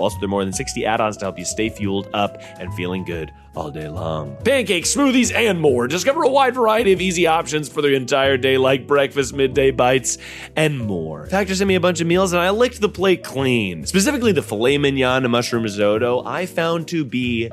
Speaker 3: Also, there are more than 60 add ons to help you stay fueled up and feeling good all day long. Pancakes, smoothies, and more. Discover a wide variety of easy options for the entire day, like breakfast, midday bites, and more. Factor sent me a bunch of meals, and I licked the plate clean. Specifically, the filet mignon and mushroom risotto I found to be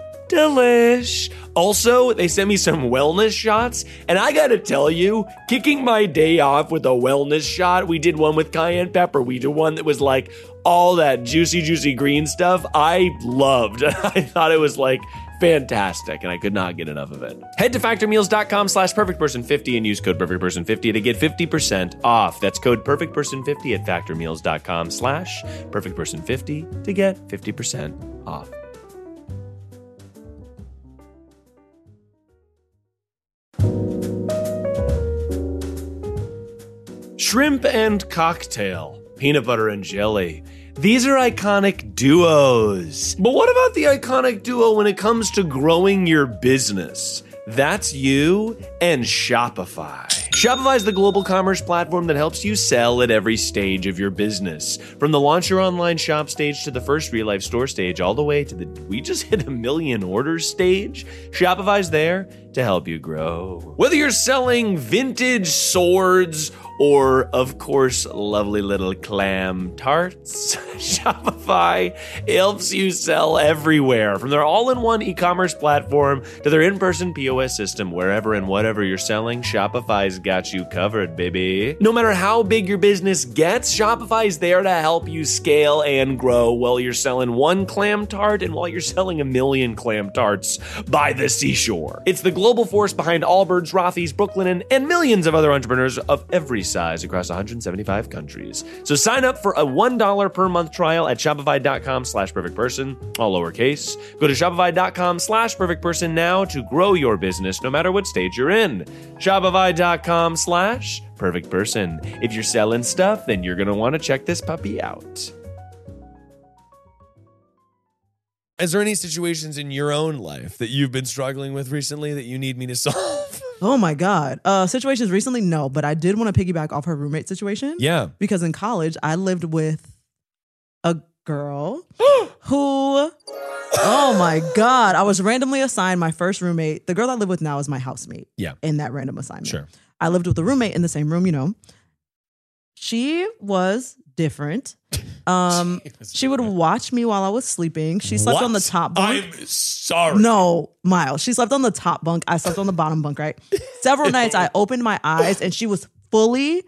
Speaker 3: delish. Also, they sent me some wellness shots, and I gotta tell you, kicking my day off with a wellness shot, we did one with cayenne pepper. We did one that was like all that juicy, juicy green stuff. I loved. I thought it was like fantastic and i could not get enough of it head to factormeals.com slash perfectperson50 and use code perfectperson50 to get 50% off that's code perfectperson50 at factormeals.com slash perfectperson50 to get 50% off Shrimp and cocktail, peanut butter and jelly. These are iconic duos. But what about the iconic duo when it comes to growing your business? That's you and Shopify. Shopify is the global commerce platform that helps you sell at every stage of your business. From the launch your online shop stage to the first real life store stage, all the way to the we just hit a million orders stage, Shopify's there to help you grow. Whether you're selling vintage swords or, of course, lovely little clam tarts, Shopify helps you sell everywhere from their all in one e commerce platform to their in person POS system. Wherever and whatever you're selling, Shopify's got you covered, baby. No matter how big your business gets, Shopify's there to help you scale and grow while you're selling one clam tart and while you're selling a million clam tarts by the seashore. It's the global force behind Allbirds, Rothy's, Brooklyn, and, and millions of other entrepreneurs of every size across 175 countries. So sign up for a $1 per month trial at shopify.com slash perfect person, all lowercase. Go to shopify.com slash perfect person now to grow your business no matter what stage you're in. Shopify.com slash perfect person. If you're selling stuff, then you're going to want to check this puppy out. Is there any situations in your own life that you've been struggling with recently that you need me to solve?
Speaker 4: Oh my God. Uh, situations recently, no, but I did want to piggyback off her roommate situation.
Speaker 3: Yeah.
Speaker 4: Because in college, I lived with a girl who, oh my God, I was randomly assigned my first roommate. The girl I live with now is my housemate.
Speaker 3: Yeah.
Speaker 4: In that random assignment.
Speaker 3: Sure.
Speaker 4: I lived with a roommate in the same room, you know. She was different. Um, she would watch me while I was sleeping. She slept on the
Speaker 3: What?
Speaker 4: top bunk.
Speaker 3: I'm sorry.
Speaker 4: No, Miles. She slept on the top bunk. I slept on the bottom bunk, right? Several nights I opened my eyes and she was fully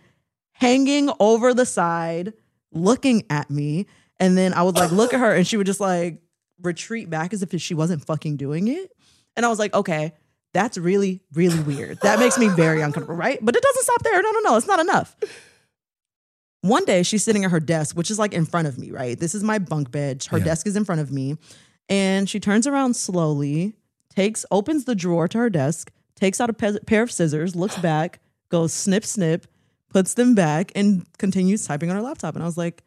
Speaker 4: hanging over the side, looking at me. And then I would like look at her and she would just like retreat back as if she wasn't fucking doing it. And I was like, okay, that's really, really weird. That makes me very uncomfortable, right? But it doesn't stop there. No, no, no. It's not enough. One day she's sitting at her desk, which is like in front of me, right? This is my bunk bed. Her
Speaker 3: Yeah.
Speaker 4: desk is in front of me. And she turns around slowly, takes, opens the drawer to her desk, takes out a pe- pair of scissors, looks back, goes snip, snip, puts them back, and continues typing on her laptop. And I was like,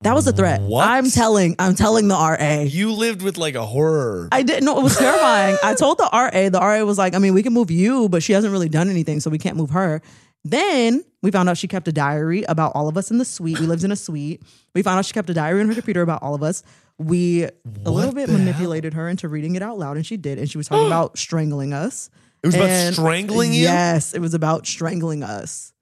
Speaker 4: that was a threat.
Speaker 3: What?
Speaker 4: I'm telling, I'm telling the RA.
Speaker 3: You lived with like a horror.
Speaker 4: I didn't know it was terrifying. I told the RA, the RA was like, I mean, we can move you, but she hasn't really done anything, so we can't move her. Then we found out she kept a diary about all of us in the suite. We lived in a suite. We found out she kept a diary on her computer about all of us. We a little
Speaker 3: What
Speaker 4: bit
Speaker 3: the hell?
Speaker 4: manipulated her into reading it out loud, and she did. And she was talking about strangling us.
Speaker 3: It was about
Speaker 4: And-
Speaker 3: strangling you.
Speaker 4: Yes, it was about strangling us.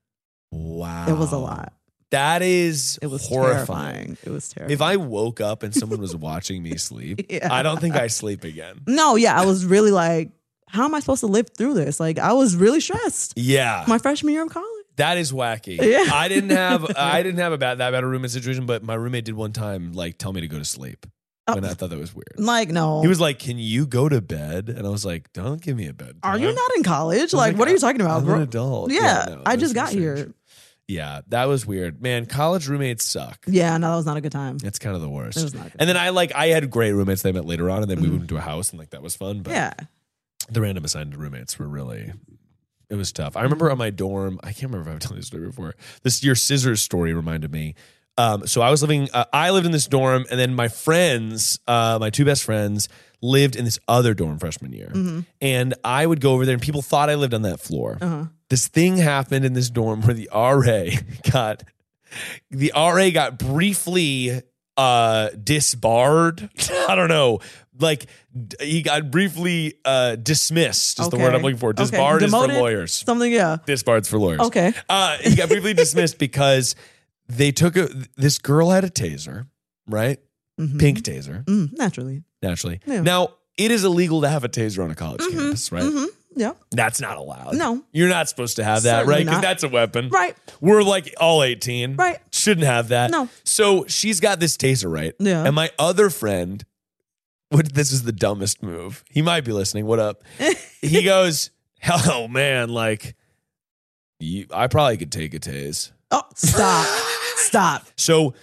Speaker 3: Wow.
Speaker 4: It was a lot.
Speaker 3: That is
Speaker 4: It was
Speaker 3: horrifying.
Speaker 4: horrifying. It was terrifying.
Speaker 3: If I woke up and someone was watching me sleep,
Speaker 4: Yeah.
Speaker 3: I don't think I sleep again.
Speaker 4: no, yeah, I was really like, how am I supposed to live through this? Like, I was really stressed
Speaker 3: Yeah.
Speaker 4: my freshman year of college.
Speaker 3: That is wacky.
Speaker 4: Yeah.
Speaker 3: I didn't have I didn't have a bad that bad a roommate situation, but my roommate did one time like tell me to go to sleep.
Speaker 4: Oh.
Speaker 3: And I thought that was weird.
Speaker 4: Like, no.
Speaker 3: He was like, Can you go to bed? And I was like, Don't give me a bed.
Speaker 4: Are you not in college? Like, what are you talking about,
Speaker 3: I'm
Speaker 4: bro?
Speaker 3: an adult.
Speaker 4: Yeah,
Speaker 3: no,
Speaker 4: I
Speaker 3: it was
Speaker 4: just got
Speaker 3: strange.
Speaker 4: here.
Speaker 3: Yeah, that was weird. Man, college roommates suck.
Speaker 4: Yeah, no, that was not a good time. It
Speaker 3: It's kind of the worst.
Speaker 4: was not a good
Speaker 3: And then I like I had great roommates that I met later on, and then we
Speaker 4: Mhm.
Speaker 3: moved into a house, and like that was fun. But
Speaker 4: Yeah.
Speaker 3: the random assigned roommates were really it was tough. I remember on my dorm, I can't remember if I've told you this story before. This your scissors story reminded me. Um, so I was living, uh, I lived in this dorm, and then my friends, uh, my two best friends, lived in this other dorm freshman year. And I would go over there, and people thought I lived on that floor.
Speaker 4: Oh. uh-huh.
Speaker 3: This thing happened in this dorm where the RA got the RA got briefly uh disbarred. I don't know. Like d- he got briefly uh dismissed is the word
Speaker 4: Okay.
Speaker 3: I'm looking for.
Speaker 4: Okay.
Speaker 3: Disbarred is for
Speaker 4: Demoted?
Speaker 3: lawyers.
Speaker 4: Something, yeah.
Speaker 3: Disbarred's for lawyers.
Speaker 4: Okay.
Speaker 3: Uh he got briefly dismissed because they took a this girl had a taser, right?
Speaker 4: Mhm.
Speaker 3: Pink taser,
Speaker 4: Mm, naturally.
Speaker 3: naturally.
Speaker 4: Yeah.
Speaker 3: Now it is illegal to have a taser on a college campus, right?
Speaker 4: hmm Yeah.
Speaker 3: That's not allowed.
Speaker 4: No.
Speaker 3: You're not supposed to have that,
Speaker 4: Certainly
Speaker 3: right? Because
Speaker 4: not.
Speaker 3: that's a weapon.
Speaker 4: Right.
Speaker 3: We're like all 18.
Speaker 4: Right.
Speaker 3: Mm-hmm. Shouldn't have that.
Speaker 4: No.
Speaker 3: So she's got this taser, right?
Speaker 4: Yeah.
Speaker 3: And my other friend, what this is the dumbest move. He might be listening. What uh, up? he goes, Hell man, like you, I probably could take a tase.
Speaker 4: Oh, stop. stop.
Speaker 3: So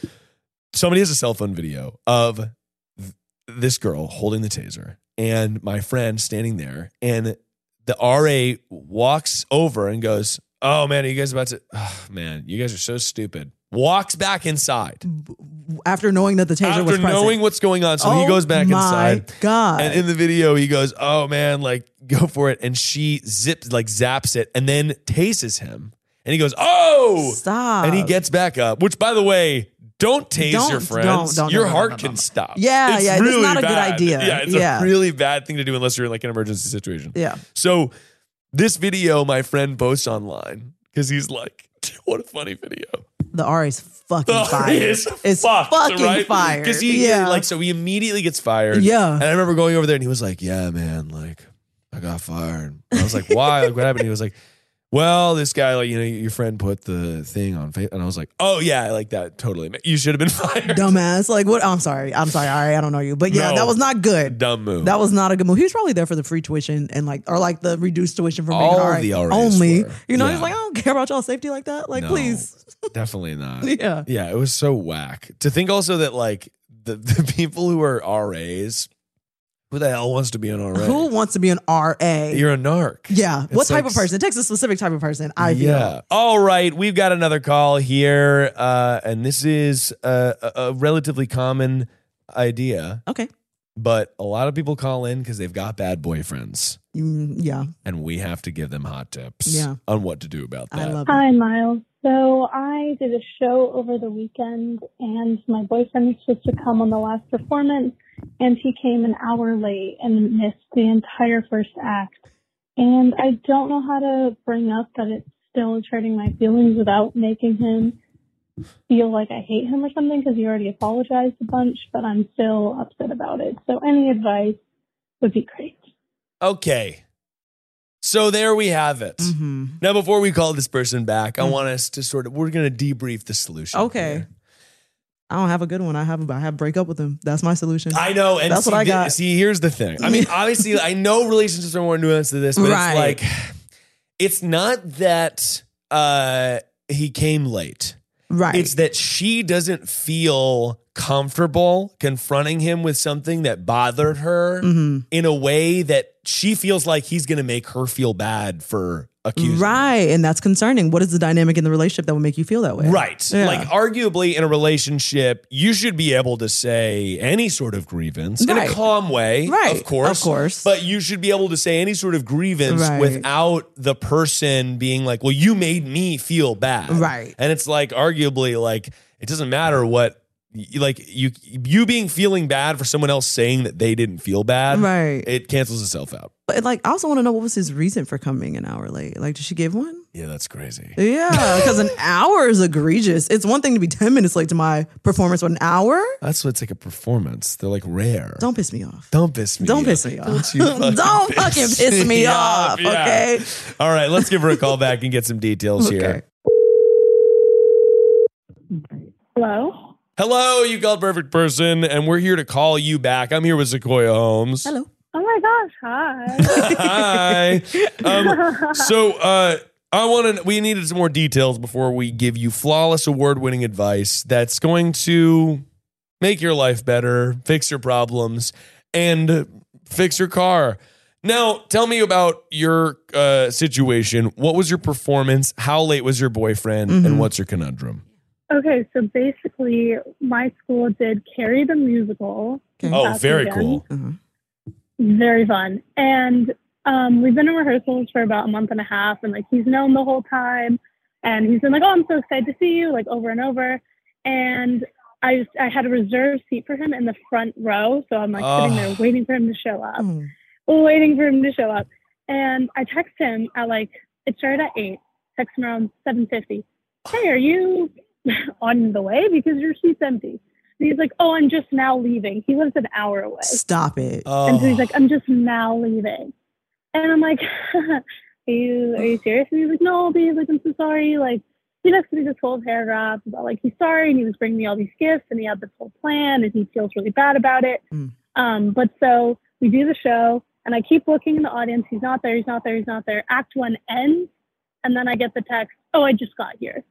Speaker 3: somebody has a cell phone video of th- this girl holding the taser and my friend standing there and the RA walks over and goes, "Oh man, are you guys about to oh, man, you guys are so stupid." Walks back inside.
Speaker 4: After knowing that the taser
Speaker 3: After
Speaker 4: was present.
Speaker 3: knowing what's going on, so he
Speaker 4: Oh
Speaker 3: goes back
Speaker 4: my
Speaker 3: inside.
Speaker 4: God.
Speaker 3: And in the video, he goes, "Oh man, like go for it!" And she zips, like zaps it, and then tases him. And he goes, "Oh,
Speaker 4: Stop.
Speaker 3: And he gets back up. Which, by the way, don't tase
Speaker 4: Don't-
Speaker 3: your friends.
Speaker 4: don't- don't-
Speaker 3: your
Speaker 4: don't-
Speaker 3: heart
Speaker 4: don't-
Speaker 3: can
Speaker 4: don't.
Speaker 3: stop.
Speaker 4: Yeah,
Speaker 3: it's
Speaker 4: yeah, it's
Speaker 3: really
Speaker 4: not a good
Speaker 3: bad.
Speaker 4: idea.
Speaker 3: Yeah, it's
Speaker 4: Yeah.
Speaker 3: a really bad thing to do unless you're in like an emergency situation.
Speaker 4: yeah.
Speaker 3: So this video, my friend posts online because he's like, "What a funny video."
Speaker 4: The RA is fucking
Speaker 3: The
Speaker 4: fired.
Speaker 3: is
Speaker 4: it's
Speaker 3: fucked,
Speaker 4: fucking
Speaker 3: right?
Speaker 4: fired.
Speaker 3: Because he
Speaker 4: yeah.
Speaker 3: like so he immediately gets fired.
Speaker 4: Yeah.
Speaker 3: And I remember going over there and he was like, Yeah, man, like I got fired. And I was like, Why? like what happened? He was like, Well, this guy, like, you know, your friend put the thing on Facebook. And I was like, Oh yeah, like that totally. ma- You should have been fired.
Speaker 4: dumbass. Like, what? I'm sorry. I'm sorry, RA. I don't know you. But yeah,
Speaker 3: No.
Speaker 4: that was not good.
Speaker 3: Dumb move.
Speaker 4: That was not a good move. He was probably there for the free tuition and like, or like the reduced tuition for being
Speaker 3: All
Speaker 4: all right,
Speaker 3: the RAs
Speaker 4: only.
Speaker 3: were.
Speaker 4: You know,
Speaker 3: Yeah.
Speaker 4: he's like, I don't care about y'all safety like that. Like,
Speaker 3: No,
Speaker 4: please.
Speaker 3: Definitely not.
Speaker 4: Yeah.
Speaker 3: Yeah, it was so whack. To think also that like the, the people who are RAs, who the hell wants to be an RA?
Speaker 4: Who wants to be an RA?
Speaker 3: You're a narc.
Speaker 4: yeah. What
Speaker 3: It's
Speaker 4: type
Speaker 3: like-
Speaker 4: of person? It takes a specific type of person. I feel.
Speaker 3: yeah. All right, we've got another call here, uh, and this is a, a, a relatively common idea.
Speaker 4: Okay.
Speaker 3: but a lot of people call in because they've got bad boyfriends,
Speaker 4: Mm, yeah,
Speaker 3: and we have to give them hot tips
Speaker 4: Yeah.
Speaker 3: on what to do about that.
Speaker 4: I love it.
Speaker 5: Hi, Miles. So I did a show over the weekend, and my boyfriend was supposed to come on the last performance, and he came an hour late and missed the entire first act. And I don't know how to bring up that it's still hurting my feelings without making him feel like I hate him or something, because he already apologized a bunch, but I'm still upset about it. So any advice would be great.
Speaker 3: Okay. So there we have it.
Speaker 4: hmm
Speaker 3: Now, before we call this person back, I
Speaker 4: Mm.
Speaker 3: want us to sort of, we're going to debrief the solution.
Speaker 4: Okay.
Speaker 3: here.
Speaker 4: I don't have a good one. I have I have break up with him. That's my solution.
Speaker 3: I know. And
Speaker 4: That's
Speaker 3: see,
Speaker 4: what I
Speaker 3: thi-
Speaker 4: got.
Speaker 3: see, here's the thing. I mean, obviously, I know relationships are more nuanced than this, but
Speaker 4: Right.
Speaker 3: it's like, it's not that uh, he came late.
Speaker 4: right.
Speaker 3: It's that she doesn't feel comfortable confronting him with something that bothered her
Speaker 4: hmm
Speaker 3: in a way that she feels like he's going to make her feel bad for accusing. her.
Speaker 4: Right, and that's concerning. What is the dynamic in the relationship that would make you feel that way?
Speaker 3: Right.
Speaker 4: Yeah.
Speaker 3: Like, oh, arguably, in a relationship, you should be able to say any sort of grievance in
Speaker 4: Right.
Speaker 3: a calm way,
Speaker 4: Right.
Speaker 3: Of course,
Speaker 4: Of course.
Speaker 3: But you should be able to say any sort of grievance
Speaker 4: Right.
Speaker 3: without the person being like, "Well, you made me feel bad,"
Speaker 4: Right.
Speaker 3: And it's like, arguably, like it doesn't matter what, you- like you you being feeling bad for someone else saying that they didn't feel bad,
Speaker 4: Right.
Speaker 3: It cancels itself out.
Speaker 4: But like, I also want to know what was his reason for coming an hour late. Like, did she give one?
Speaker 3: Yeah, that's crazy.
Speaker 4: Yeah, because an hour is egregious. It's one thing to be ten minutes late to my performance, but an hour?
Speaker 3: That's what's like a performance. They're like rare.
Speaker 4: Don't piss me off.
Speaker 3: Don't piss me.
Speaker 4: Don't
Speaker 3: off.
Speaker 4: piss me off.
Speaker 3: Don't, you fucking,
Speaker 4: Don't fucking piss me off,
Speaker 3: yeah.
Speaker 4: okay?
Speaker 3: All right, let's give her a call back and get some details
Speaker 4: Okay.
Speaker 3: here.
Speaker 5: Hello?
Speaker 3: Hello, you called perfect person, and we're here to call you back. I'm here with Sequoia Holmes.
Speaker 4: Hello.
Speaker 5: Oh my gosh, hi.
Speaker 3: Hi. Um, so uh, I want to. We needed some more details before we give you flawless award-winning advice that's going to make your life better, fix your problems, and fix your car. Now, tell me about your uh, situation. What was your performance? How late was your boyfriend?
Speaker 4: Mhm.
Speaker 3: And what's your conundrum?
Speaker 5: Okay, so basically, my school did Carrie the Musical.
Speaker 4: Okay.
Speaker 3: Oh,
Speaker 5: That's
Speaker 3: very
Speaker 5: again.
Speaker 3: cool.
Speaker 4: Uh-huh.
Speaker 5: Very fun. And um, we've been in rehearsals for about a month and a half, and like he's known the whole time. And he's been like, oh, I'm so excited to see you, like over and over. And I just, I had a reserved seat for him in the front row. So I'm like sitting
Speaker 3: Oh.
Speaker 5: there waiting for him to show up.
Speaker 4: Oh,
Speaker 5: waiting for him to show up. And um, I text him at like it started at eight. Text him around seven fifty. Hey, are you on the way? Because your seat's empty. And he's like, Oh, I'm just now leaving. He lives an hour away.
Speaker 4: Stop it.
Speaker 3: Oh,
Speaker 5: And so he's like, I'm just now leaving. And I'm like, Are you are you serious? And he's like, No, babe, like I'm so sorry. Like he texted me this whole paragraph about like he's sorry and he was bringing me all these gifts and he had this whole plan and he feels really bad about it.
Speaker 3: Hmm.
Speaker 4: Mm.
Speaker 5: Um, but so we do the show and I keep looking in the audience. He's not there. He's not there. He's not there. Act one ends, and then I get the text. Oh, I just got here.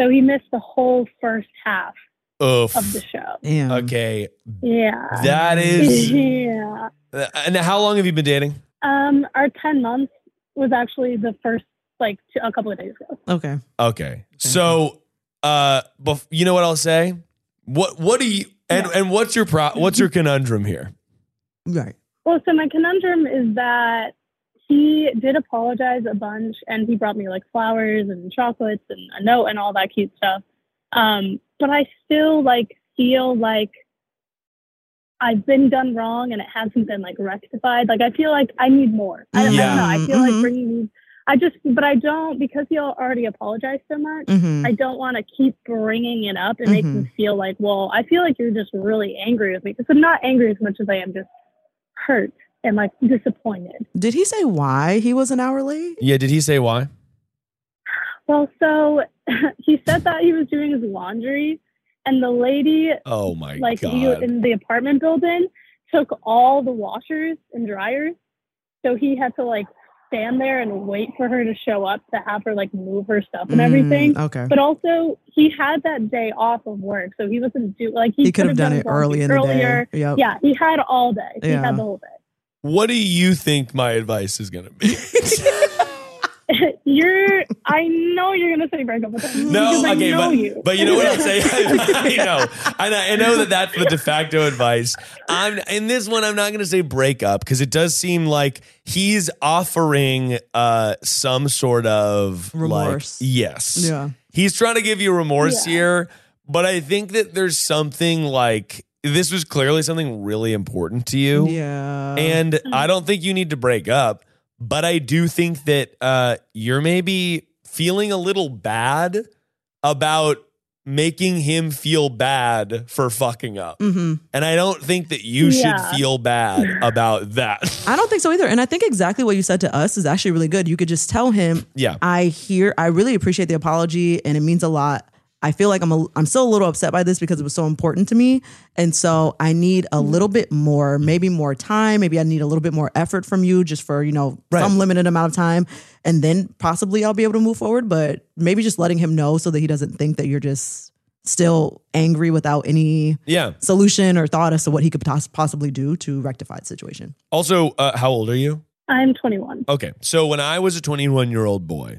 Speaker 5: So he missed the whole first half
Speaker 3: Oh. oof.
Speaker 5: of the show.
Speaker 4: Damn.
Speaker 3: okay.
Speaker 5: Yeah.
Speaker 3: That is.
Speaker 5: yeah.
Speaker 3: And how long have you been dating?
Speaker 5: Um, our ten months was actually the first, like, t- a couple of days ago.
Speaker 4: Okay.
Speaker 3: Okay. So, uh, bef- you know what I'll say? What What do you and and what's your pro- What's your conundrum here?
Speaker 4: Right.
Speaker 5: Well, so my conundrum is that he did apologize a bunch, and he brought me like flowers and chocolates and a note and all that cute stuff. Um, but I still like feel like I've been done wrong, and it hasn't been like rectified. Like I feel like I need more. I, I
Speaker 3: Yeah.
Speaker 5: don't know. I feel
Speaker 4: Mhm.
Speaker 5: like bringing. these- I just, but I don't because he already apologized so much.
Speaker 4: hmm
Speaker 5: I don't want to keep bringing it up and
Speaker 4: Mm-hmm.
Speaker 5: make him feel like, well, I feel like you're just really angry with me because I'm not angry as much as I am just hurt and like disappointed.
Speaker 4: Did he say why he was an hour late?
Speaker 3: Yeah. Did he say why?
Speaker 5: Well, so he said that he was doing his laundry and the lady,
Speaker 3: Oh my
Speaker 5: like he,
Speaker 3: god.
Speaker 5: in the apartment building, took all the washers and dryers. So he had to like stand there and wait for her to show up to have her like move her stuff and
Speaker 4: Mm,
Speaker 5: everything.
Speaker 4: Okay.
Speaker 5: But also, he had that day off of work, so he wasn't do like he,
Speaker 4: He could have done it
Speaker 5: his
Speaker 4: early in
Speaker 5: laundry
Speaker 4: the
Speaker 5: earlier.
Speaker 4: day. Yep.
Speaker 5: Yeah, he had all day. He
Speaker 4: Yeah.
Speaker 5: had the whole day.
Speaker 3: what do you think my advice is going to be?
Speaker 5: you're. I know you're gonna say break up with him.
Speaker 3: No,
Speaker 5: because I
Speaker 3: okay,
Speaker 5: know
Speaker 3: but
Speaker 5: you.
Speaker 3: but you know what I'm saying. I know, and I, I know that that's the de facto advice. I'm in this one. I'm not going to say break up because it does seem like he's offering uh some sort of like-
Speaker 4: Remorse.
Speaker 3: yes,
Speaker 4: Yeah.
Speaker 3: he's trying to give you remorse
Speaker 5: Yeah.
Speaker 3: here, but I think that there's something like this was clearly something really important to you.
Speaker 4: Yeah.
Speaker 3: And I don't think you need to break up, but I do think that uh, you're maybe feeling a little bad about making him feel bad for fucking up.
Speaker 4: hmm
Speaker 3: And I don't think that you
Speaker 5: Yeah.
Speaker 3: should feel bad about that.
Speaker 4: I don't think so either. And I think exactly what you said to us is actually really good. You could just tell him,
Speaker 3: yeah.
Speaker 4: I hear, I really appreciate the apology and it means a lot. I feel like I'm a, I'm still a little upset by this because it was so important to me. And so I need
Speaker 3: Mm-hmm.
Speaker 4: a little bit more, maybe more time. Maybe I need a little bit more effort from you just for, you know,
Speaker 3: Right.
Speaker 4: some limited amount of time. And then possibly I'll be able to move forward. But maybe just letting him know so that he doesn't think that you're just still angry without any
Speaker 3: Yeah.
Speaker 4: solution or thought as to what he could pos- possibly do to rectify the situation.
Speaker 3: Also, uh, how old are you?
Speaker 5: I'm 21.
Speaker 3: Okay. So when I was a 21 year old boy,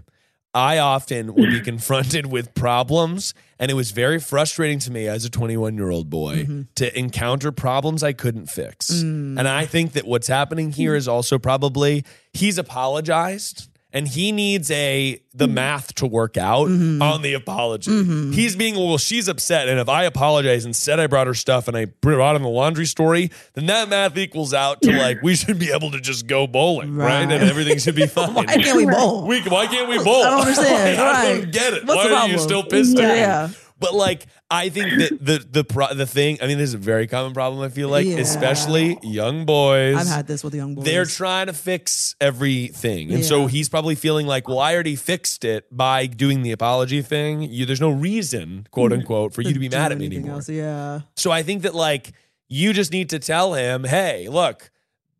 Speaker 3: I often would be confronted with problems, and it was very frustrating to me as a 21 year old boy to encounter problems I couldn't fix. And I think that what's happening here is also probably he's apologized. And he needs a the math to work out on the apology. He's being well. She's upset, and if I apologize and said I brought her stuff and I brought in the laundry story, then that math equals out to like we should be able to just go bowling, right?
Speaker 4: Right.
Speaker 3: And everything should be fine.
Speaker 4: Why can't we bowl?
Speaker 3: We, why can't we bowl?
Speaker 4: I don't understand.
Speaker 3: Like, I
Speaker 4: Right.
Speaker 3: don't get it.
Speaker 4: What's
Speaker 3: why
Speaker 4: the
Speaker 3: are you
Speaker 4: problem?
Speaker 3: still pissed at me?
Speaker 4: Yeah.
Speaker 3: But like, I think that the the pro- the thing. I mean, this is a very common problem. I feel like,
Speaker 4: Yeah.
Speaker 3: especially young boys.
Speaker 4: I've had this with young boys.
Speaker 3: They're trying to fix everything. And
Speaker 4: Yeah.
Speaker 3: so he's probably feeling like, well, I already fixed it by doing the apology thing. You, there's no reason, quote unquote, for you to be
Speaker 4: Mm-hmm. Do
Speaker 3: mad at me
Speaker 4: anything
Speaker 3: anymore.
Speaker 4: else, Yeah.
Speaker 3: So I think that like you just need to tell him, hey, look,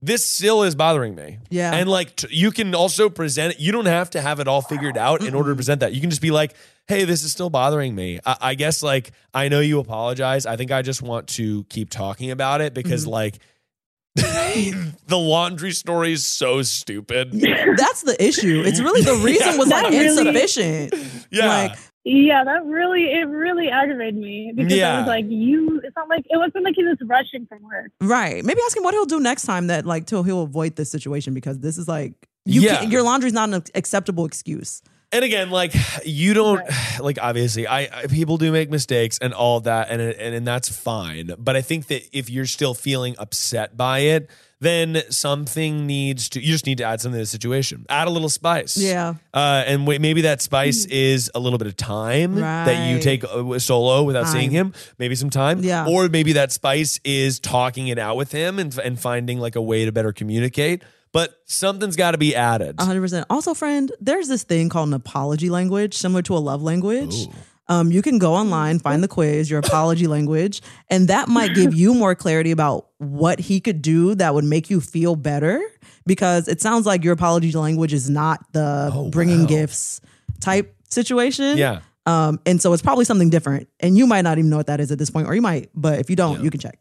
Speaker 3: this still is bothering me.
Speaker 4: Yeah.
Speaker 3: And like t- you can also present it. You don't have to have it all figured out in order to present that. You can just be like, hey, this is still bothering me. I, I guess like I know you apologize. I think I just want to keep talking about it because
Speaker 4: Mm-hmm.
Speaker 3: like the laundry story is so stupid.
Speaker 4: That's the issue. It's really the reason was like
Speaker 5: That really-
Speaker 4: insufficient.
Speaker 3: Yeah.
Speaker 4: Like,
Speaker 5: Yeah, that really it really aggravated me because
Speaker 3: Yeah.
Speaker 5: I was like, you. It's not like it wasn't like he was rushing from work.
Speaker 4: right. Maybe ask him what he'll do next time that like till he'll avoid this situation because this is like you
Speaker 3: Yeah.
Speaker 4: can't, your laundry's not an acceptable excuse.
Speaker 3: and again, like you don't like obviously, I, I people do make mistakes and all that, and, and and that's fine. But I think that if you're still feeling upset by it, then something needs to. You just need to add something to the situation. Add a little spice.
Speaker 4: Yeah. Mm.
Speaker 3: Uh, and wait, maybe that spice is a little bit of time that you
Speaker 4: Right.
Speaker 3: take uh, solo without
Speaker 4: Time.
Speaker 3: seeing him. Maybe some time.
Speaker 4: Yeah.
Speaker 3: Or maybe that spice is talking it out with him and and finding like a way to better communicate. But something's got to be added.
Speaker 4: 100%. Also, friend, there's this thing called an apology language, similar to a love language. Um, you can
Speaker 3: Mm-hmm.
Speaker 4: go online, find the quiz, your apology language, and that might give you more clarity about what he could do that would make you feel better. Because it sounds like your apology language is not the
Speaker 3: Oh,
Speaker 4: bringing
Speaker 3: wow.
Speaker 4: gifts type situation.
Speaker 3: Yeah.
Speaker 4: Um, and so it's probably something different. And you might not even know what that is at this point, or you might, but if you don't, you can check.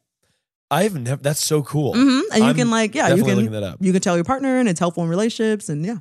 Speaker 3: I've never. That's so cool.
Speaker 4: hmm And you
Speaker 3: I'm
Speaker 4: can, like, yeah, you
Speaker 3: definitely
Speaker 4: can,
Speaker 3: looking that up.
Speaker 4: you can tell your partner, and it's helpful in relationships. And yeah.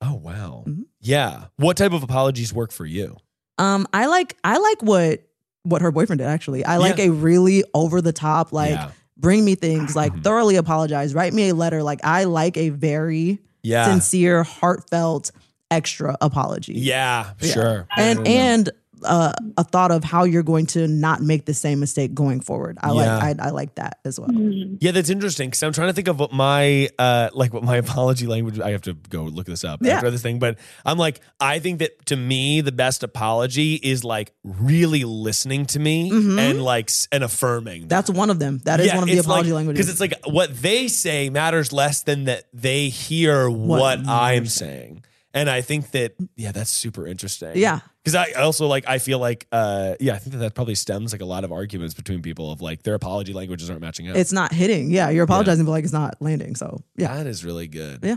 Speaker 3: Oh wow.
Speaker 4: Mhm.
Speaker 3: Yeah. What type of apologies work for you?
Speaker 4: Um, I like I like what what her boyfriend did actually. I like
Speaker 3: Yeah.
Speaker 4: a really over the top like
Speaker 3: yeah.
Speaker 4: bring me things like
Speaker 3: Mhm.
Speaker 4: thoroughly apologize, write me a letter. Like I like a very
Speaker 3: Yeah.
Speaker 4: sincere, heartfelt, extra apology.
Speaker 3: yeah. Mm-hmm.
Speaker 4: Yeah.
Speaker 3: Sure.
Speaker 4: and and uh, a thought of how you're going to not make the same mistake going forward. I like I, I like that as well.
Speaker 5: Mm-hmm.
Speaker 3: yeah, that's interesting because I'm trying to think of what my uh like what my apology language. I have to go look this up
Speaker 4: Yeah.
Speaker 3: after this thing, but I'm like, I think that to me the best apology is like really listening to me
Speaker 4: Mhm.
Speaker 3: and like s- and affirming.
Speaker 4: That's one of them. That is one of the apology languages.
Speaker 3: because it's like what they say matters less than that they hear
Speaker 4: What
Speaker 3: what, I'm
Speaker 4: you're
Speaker 3: saying. And I think that yeah, that's super interesting.
Speaker 4: yeah.
Speaker 3: because I also like I feel like uh yeah, I think that that probably stems like a lot of arguments between people of like their apology languages aren't matching up.
Speaker 4: It's not hitting. Yeah, you're apologizing, but like it's not landing. So yeah.
Speaker 3: That is really good.
Speaker 4: Yeah.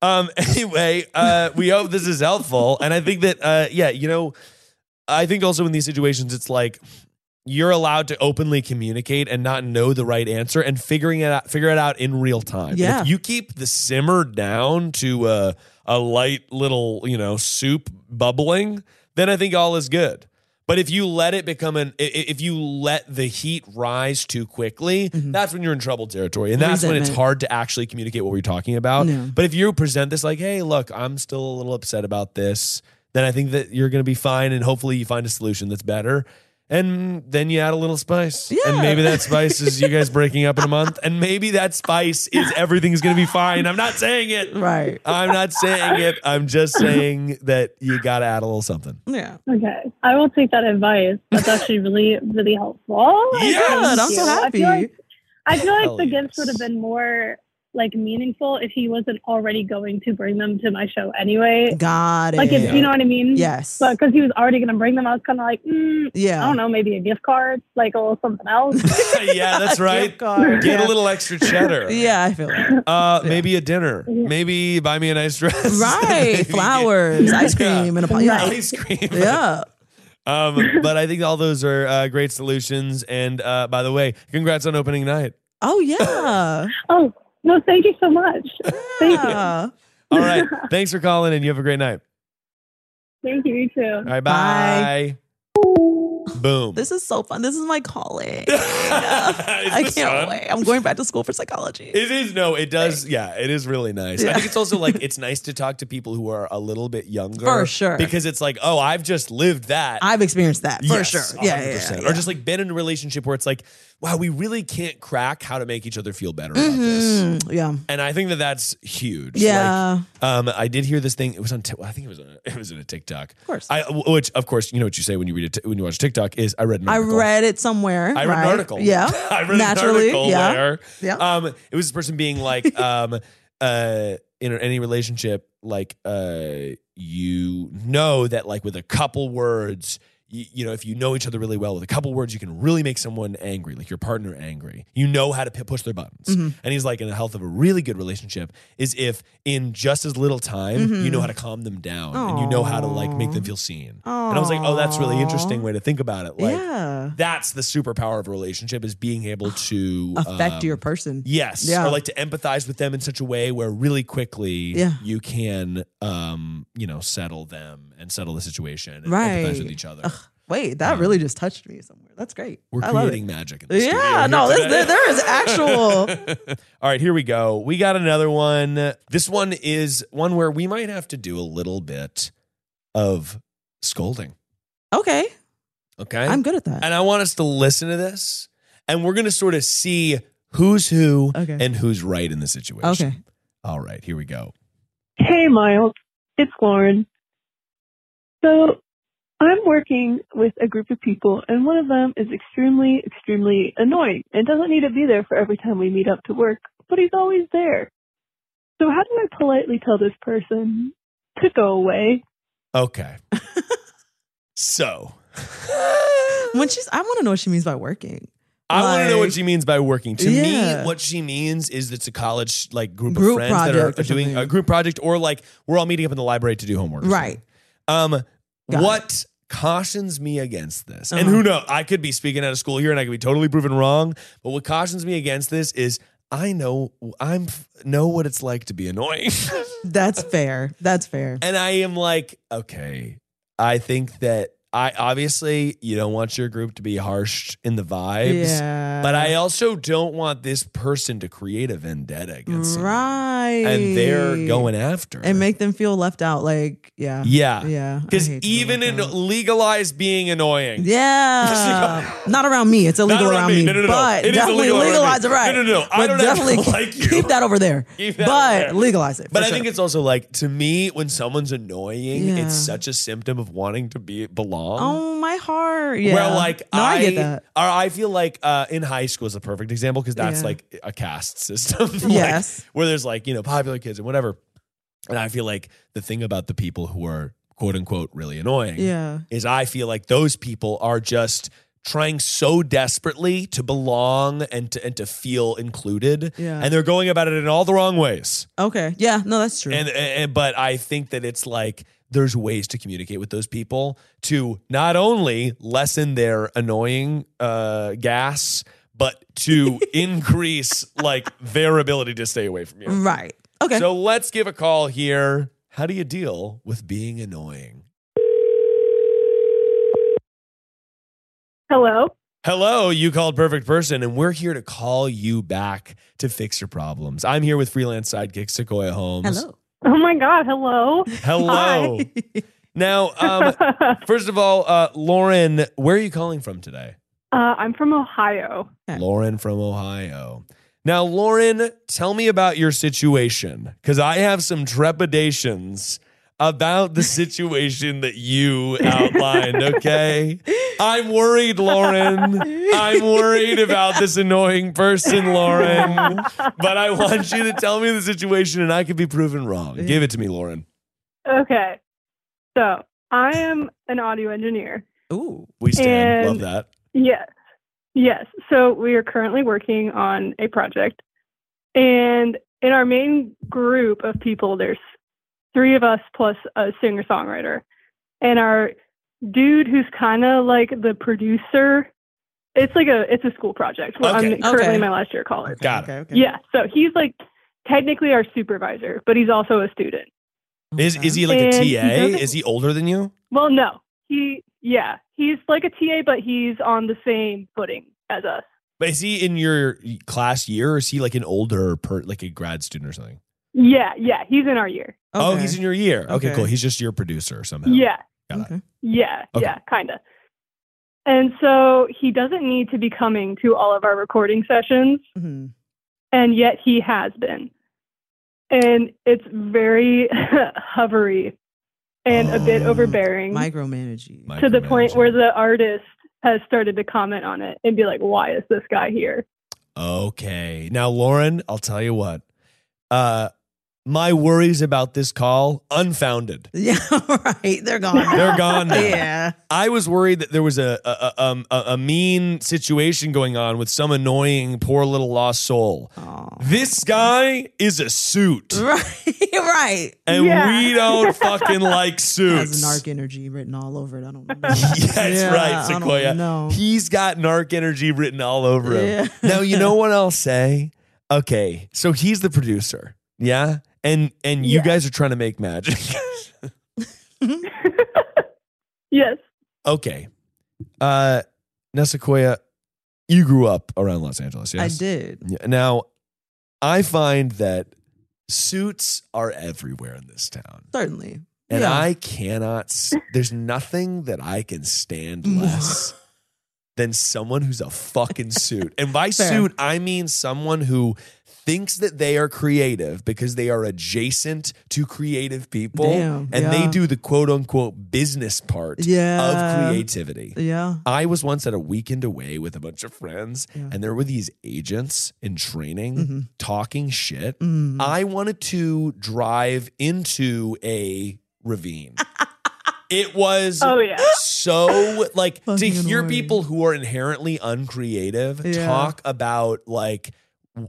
Speaker 3: Um. Anyway, uh, we hope this is helpful, and I think that uh, yeah, you know, I think also in these situations, it's like you're allowed to openly communicate and not know the right answer and figuring it out figure it out in real time. And
Speaker 4: Yeah.
Speaker 3: If you keep the simmer down to a a light little, you know, soup bubbling, then I think all is good. But if you let it become an i- i- if you let the heat rise too quickly, that's when you're in trouble territory. And that's when it's
Speaker 4: Mm-hmm. Resentment.
Speaker 3: hard to actually communicate what we're talking about.
Speaker 4: No.
Speaker 3: But if you present this like, "Hey, look, I'm still a little upset about this," then I think that you're going to be fine and hopefully you find a solution that's better. And then you add a little spice. And
Speaker 4: Yeah.
Speaker 3: maybe that spice is you guys breaking up in a month. And maybe that spice is everything's going to be fine. I'm not saying it.
Speaker 4: Right.
Speaker 3: I'm not saying it. I'm just saying that you got to add a little something.
Speaker 4: Yeah.
Speaker 5: Okay, I will take that advice. That's actually really, really helpful.
Speaker 3: Yes!
Speaker 5: Thank
Speaker 4: Good. I'm so
Speaker 5: you. I
Speaker 4: happy.
Speaker 5: feel like, I feel like
Speaker 3: Hell
Speaker 5: the gifts
Speaker 3: yes.
Speaker 5: would have been more like meaningful if he wasn't already going to bring them to my show anyway.
Speaker 4: Got it.
Speaker 5: Like, if, you know what I mean?
Speaker 4: Yes.
Speaker 5: But because he was already going to bring them, I was kind of like, mm,
Speaker 4: yeah.
Speaker 5: I don't know, maybe a gift card, like a little something else.
Speaker 3: yeah, that's right.
Speaker 4: Gift card.
Speaker 3: Get a
Speaker 4: yeah.
Speaker 3: little extra cheddar.
Speaker 4: Yeah, I feel that.
Speaker 3: Uh, Maybe a dinner.
Speaker 5: Yeah.
Speaker 3: Maybe buy me a nice dress. Maybe
Speaker 4: Right.
Speaker 3: get-
Speaker 4: Flowers, ice cream,
Speaker 3: Yeah.
Speaker 4: and a po- yeah.
Speaker 3: Ice cream.
Speaker 4: yeah.
Speaker 3: Um, but I think all those are uh, great solutions. And uh, by the way, congrats on opening night.
Speaker 4: Oh yeah.
Speaker 5: oh, no, thank you so much. Thank you.
Speaker 4: Yeah.
Speaker 3: All right. Thanks for calling, and you have a great night.
Speaker 5: Thank you, you too.
Speaker 3: All right. Bye.
Speaker 4: Bye.
Speaker 3: Boom.
Speaker 4: This is so fun. This is my calling.
Speaker 3: I
Speaker 4: I can't wait. I'm going back to school for psychology.
Speaker 3: It is no, it does. Yeah, it is really nice. I
Speaker 4: Yeah.
Speaker 3: think it's also like it's nice to talk to people who are a little bit younger,
Speaker 4: For sure.
Speaker 3: because it's like, oh, I've just lived that.
Speaker 4: I've experienced that for
Speaker 3: Yes,
Speaker 4: sure. Yeah, yeah,
Speaker 3: 100%.
Speaker 4: yeah,
Speaker 3: Or
Speaker 4: yeah.
Speaker 3: just like been in a relationship where it's like, wow, we really can't crack how to make each other feel better about this.
Speaker 4: Mm, yeah.
Speaker 3: And I think that that's huge. Like,
Speaker 4: Yeah.
Speaker 3: um, I did hear this thing. It was on. Tik- I think it was. On, it was in a TikTok. Of
Speaker 4: course.
Speaker 3: I, which of course, you know what you say when you read it when you watch TikTok is I read an
Speaker 4: I
Speaker 3: article.
Speaker 4: read it somewhere.
Speaker 3: I read
Speaker 4: right?
Speaker 3: an article.
Speaker 4: Yeah.
Speaker 3: I read
Speaker 4: Naturally.
Speaker 3: an article
Speaker 4: yeah.
Speaker 3: where
Speaker 4: Yeah.
Speaker 3: um, it was this person being like, um, uh, in any relationship, like uh, you know that like with a couple words, you, you know, if you know each other really well, with a couple words, you can really make someone angry, like your partner angry. You know how to p- push their buttons.
Speaker 4: Mhm.
Speaker 3: And he's like, in the health of a really good relationship is if in just as little time, you know how to calm them down and you know how to like make them
Speaker 4: Mm-hmm. Aw.
Speaker 3: feel seen. And I was like, oh, that's really interesting way to think about it. Like,
Speaker 4: yeah.
Speaker 3: that's the superpower of a relationship is being able to
Speaker 4: Affect
Speaker 3: um,
Speaker 4: your person.
Speaker 3: yes
Speaker 4: Yeah.
Speaker 3: or like to empathize with them in such a way where really quickly
Speaker 4: Yeah.
Speaker 3: you can um you know settle them and settle the situation and empathize
Speaker 4: Right.
Speaker 3: with each other
Speaker 4: Ugh, wait, that really just touched me somewhere. That's great.
Speaker 3: we're
Speaker 4: I love
Speaker 3: creating
Speaker 4: it.
Speaker 3: magic in the
Speaker 4: Yeah,
Speaker 3: studio here
Speaker 4: no, this-
Speaker 3: today.
Speaker 4: there- there is actual-
Speaker 3: all right here we go we got another one this one is one where we might have to do a little bit of scolding
Speaker 4: Okay.
Speaker 3: okay
Speaker 4: I'm good at that.
Speaker 3: and I want us to listen to this, and we're going to sort of see who's who
Speaker 4: Okay.
Speaker 3: and who's right in the situation.
Speaker 4: Okay.
Speaker 3: All right, here we go.
Speaker 7: Hey, Miles. It's Lauren. So I'm working with a group of people, and one of them is extremely, extremely annoying and doesn't need to be there for every time we meet up to work, but he's always there. So how do I politely tell this person to go away?
Speaker 3: Okay. so
Speaker 4: When she's I want to know what she means by working.
Speaker 3: I want to know what
Speaker 4: Like-
Speaker 3: she means by working. To
Speaker 4: Yeah.
Speaker 3: me, what she means is it's a college like group, of
Speaker 4: Group
Speaker 3: friends that are
Speaker 4: project or
Speaker 3: doing a
Speaker 4: something.
Speaker 3: group project, or like we're all meeting up in the library to do homework. or
Speaker 4: Right.
Speaker 3: something. Um,
Speaker 4: Got
Speaker 3: what cautions me against this, and
Speaker 4: Uh-huh.
Speaker 3: who knows? I could be speaking out of school here, and I could be totally proven wrong. But what cautions me against this is I know I'm know what it's like to be annoying.
Speaker 4: That's fair. That's fair.
Speaker 3: And I am like, okay, I think that I obviously you don't want your group to be harsh in the vibes,
Speaker 4: yeah.
Speaker 3: but I also don't want this person to create a vendetta against someone.
Speaker 4: right.
Speaker 3: and they're going after
Speaker 4: and
Speaker 3: her.
Speaker 4: make them feel left out. Like yeah.
Speaker 3: yeah,
Speaker 4: Yeah. I
Speaker 3: because
Speaker 4: hate to be
Speaker 3: even
Speaker 4: left
Speaker 3: in
Speaker 4: out.
Speaker 3: legalize being annoying.
Speaker 4: Yeah. Not around me. It's
Speaker 3: Not
Speaker 4: illegal around, me.
Speaker 3: No, no, no.
Speaker 4: But
Speaker 3: It is
Speaker 4: definitely
Speaker 3: illegal around me.
Speaker 4: legalize it right.
Speaker 3: No, no, no. I
Speaker 4: But
Speaker 3: don't have to
Speaker 4: definitely
Speaker 3: like you.
Speaker 4: Keep that over there.
Speaker 3: Keep that
Speaker 4: but
Speaker 3: over there.
Speaker 4: legalize it.
Speaker 3: But
Speaker 4: for
Speaker 3: I think
Speaker 4: sure.
Speaker 3: it's also like to me when someone's annoying,
Speaker 4: Yeah.
Speaker 3: it's such a symptom of wanting to be belong.
Speaker 4: Oh my heart. Yeah.
Speaker 3: Where like
Speaker 4: no,
Speaker 3: I,
Speaker 4: I, get that.
Speaker 3: Or I feel like uh, in high school is a perfect example because that's
Speaker 4: Yeah.
Speaker 3: like a caste system. like,
Speaker 4: Yes.
Speaker 3: Where there's like, you know, popular kids and whatever. And I feel like the thing about the people who are quote unquote really annoying
Speaker 4: Yeah.
Speaker 3: is I feel like those people are just trying so desperately to belong and to and to feel included.
Speaker 4: Yeah.
Speaker 3: And they're going about it in all the wrong ways.
Speaker 4: Okay. Yeah. No, that's true.
Speaker 3: And, and and- but I think that it's like there's ways to communicate with those people to not only lessen their annoying uh, gas, but to increase like their ability to stay away from you.
Speaker 4: Right. Okay.
Speaker 3: So let's give a call here. How do you deal with being annoying?
Speaker 5: Hello.
Speaker 3: Hello, you called perfect person, and we're here to call you back to fix your problems. I'm here with freelance sidekick Sequoia Holmes.
Speaker 4: Hello.
Speaker 5: Oh my God. Hello.
Speaker 3: Hello. Now, um, first of all, uh, Lauren, where are you calling from today?
Speaker 5: Uh, I'm from Ohio.
Speaker 4: Okay.
Speaker 3: Lauren from Ohio. Now, Lauren, tell me about your situation because I have some trepidations about the situation that you outlined, okay? I'm worried, Lauren. I'm worried about this annoying person, Lauren. But I want you to tell me the situation and I could be proven wrong. Give it to me, Lauren.
Speaker 5: Okay. So I am an audio engineer.
Speaker 4: Ooh.
Speaker 3: We stand. Love
Speaker 5: And-
Speaker 3: that.
Speaker 5: Yes. Yes. So we are currently working on a project. And in our main group of people, there's three of us plus a singer songwriter. And our dude who's kind of like the producer, it's like a it's a school project. Well,
Speaker 3: Okay.
Speaker 5: I'm currently
Speaker 4: Okay.
Speaker 5: in my last year of college.
Speaker 3: Got it.
Speaker 4: okay, okay.
Speaker 5: Yeah. So he's like technically our supervisor, but he's also a student.
Speaker 3: Is, is he like a
Speaker 5: And he
Speaker 3: TA?
Speaker 5: doesn't-
Speaker 3: Is he older than you?
Speaker 5: Well, no. He yeah, he's like a TA but he's on the same footing as us.
Speaker 3: But is he in your class year or is he like an older, per, like a grad student or something?
Speaker 5: Yeah, yeah, he's in our year.
Speaker 3: Oh, he's in your year. Okay,
Speaker 4: Okay.
Speaker 3: cool. He's just your producer somehow.
Speaker 5: Yeah,
Speaker 3: Got it.
Speaker 4: Okay.
Speaker 5: yeah,
Speaker 3: Okay.
Speaker 5: yeah, kind of. And so he doesn't need to be coming to all of our recording sessions,
Speaker 4: Mhm.
Speaker 5: and yet he has been. And it's very hovery and a bit
Speaker 4: Oh,
Speaker 5: overbearing
Speaker 4: Micromanaging.
Speaker 5: to the point
Speaker 3: Micromanaging.
Speaker 5: where the artist has started to comment on it and be like, why is this guy here?
Speaker 3: Okay. Now, Lauren, I'll tell you what. Uh, my worries about this call unfounded.
Speaker 4: yeah. Right. They're gone.
Speaker 3: They're gone now.
Speaker 4: yeah.
Speaker 3: I was worried that there was a a, a, um, a a mean situation going on with some annoying poor little lost soul.
Speaker 4: Oh.
Speaker 3: This guy is a suit,
Speaker 4: Right. Right.
Speaker 3: and
Speaker 5: Yeah.
Speaker 3: we don't fucking like
Speaker 4: Has
Speaker 3: suits.
Speaker 4: narc energy written all over it. I don't know.
Speaker 3: Yes, right, Sequoia.
Speaker 4: No.
Speaker 3: He's got narc energy written all over him.
Speaker 4: Yeah.
Speaker 3: Now you know what I'll say. Okay, so he's the producer, yeah, and and you
Speaker 5: Yeah.
Speaker 3: guys are trying to make magic.
Speaker 5: Yes.
Speaker 3: okay, uh, now Sequoia, you grew up around Los Angeles, yes?
Speaker 4: I did.
Speaker 3: Yeah, Now, I find that suits are everywhere in this town,
Speaker 4: Certainly.
Speaker 3: and
Speaker 4: yeah.
Speaker 3: I cannot. s- There's nothing that I can stand less. than someone who's a fucking suit. And by
Speaker 4: Fair.
Speaker 3: suit, I mean someone who thinks that they are creative because they are adjacent to creative people
Speaker 4: Damn,
Speaker 3: and they
Speaker 4: yeah.
Speaker 3: do the quote unquote business part
Speaker 4: Yeah.
Speaker 3: of creativity.
Speaker 4: Yeah.
Speaker 3: I was once at a weekend away with a bunch of friends,
Speaker 4: Yeah.
Speaker 3: and there were these agents in training
Speaker 4: Mhm.
Speaker 3: talking shit.
Speaker 4: Mm.
Speaker 3: I wanted to drive into a ravine. it was
Speaker 5: Oh, yeah.
Speaker 3: so like to
Speaker 4: Fucking
Speaker 3: hear
Speaker 4: annoying.
Speaker 3: people who are inherently uncreative
Speaker 4: Yeah.
Speaker 3: talk about like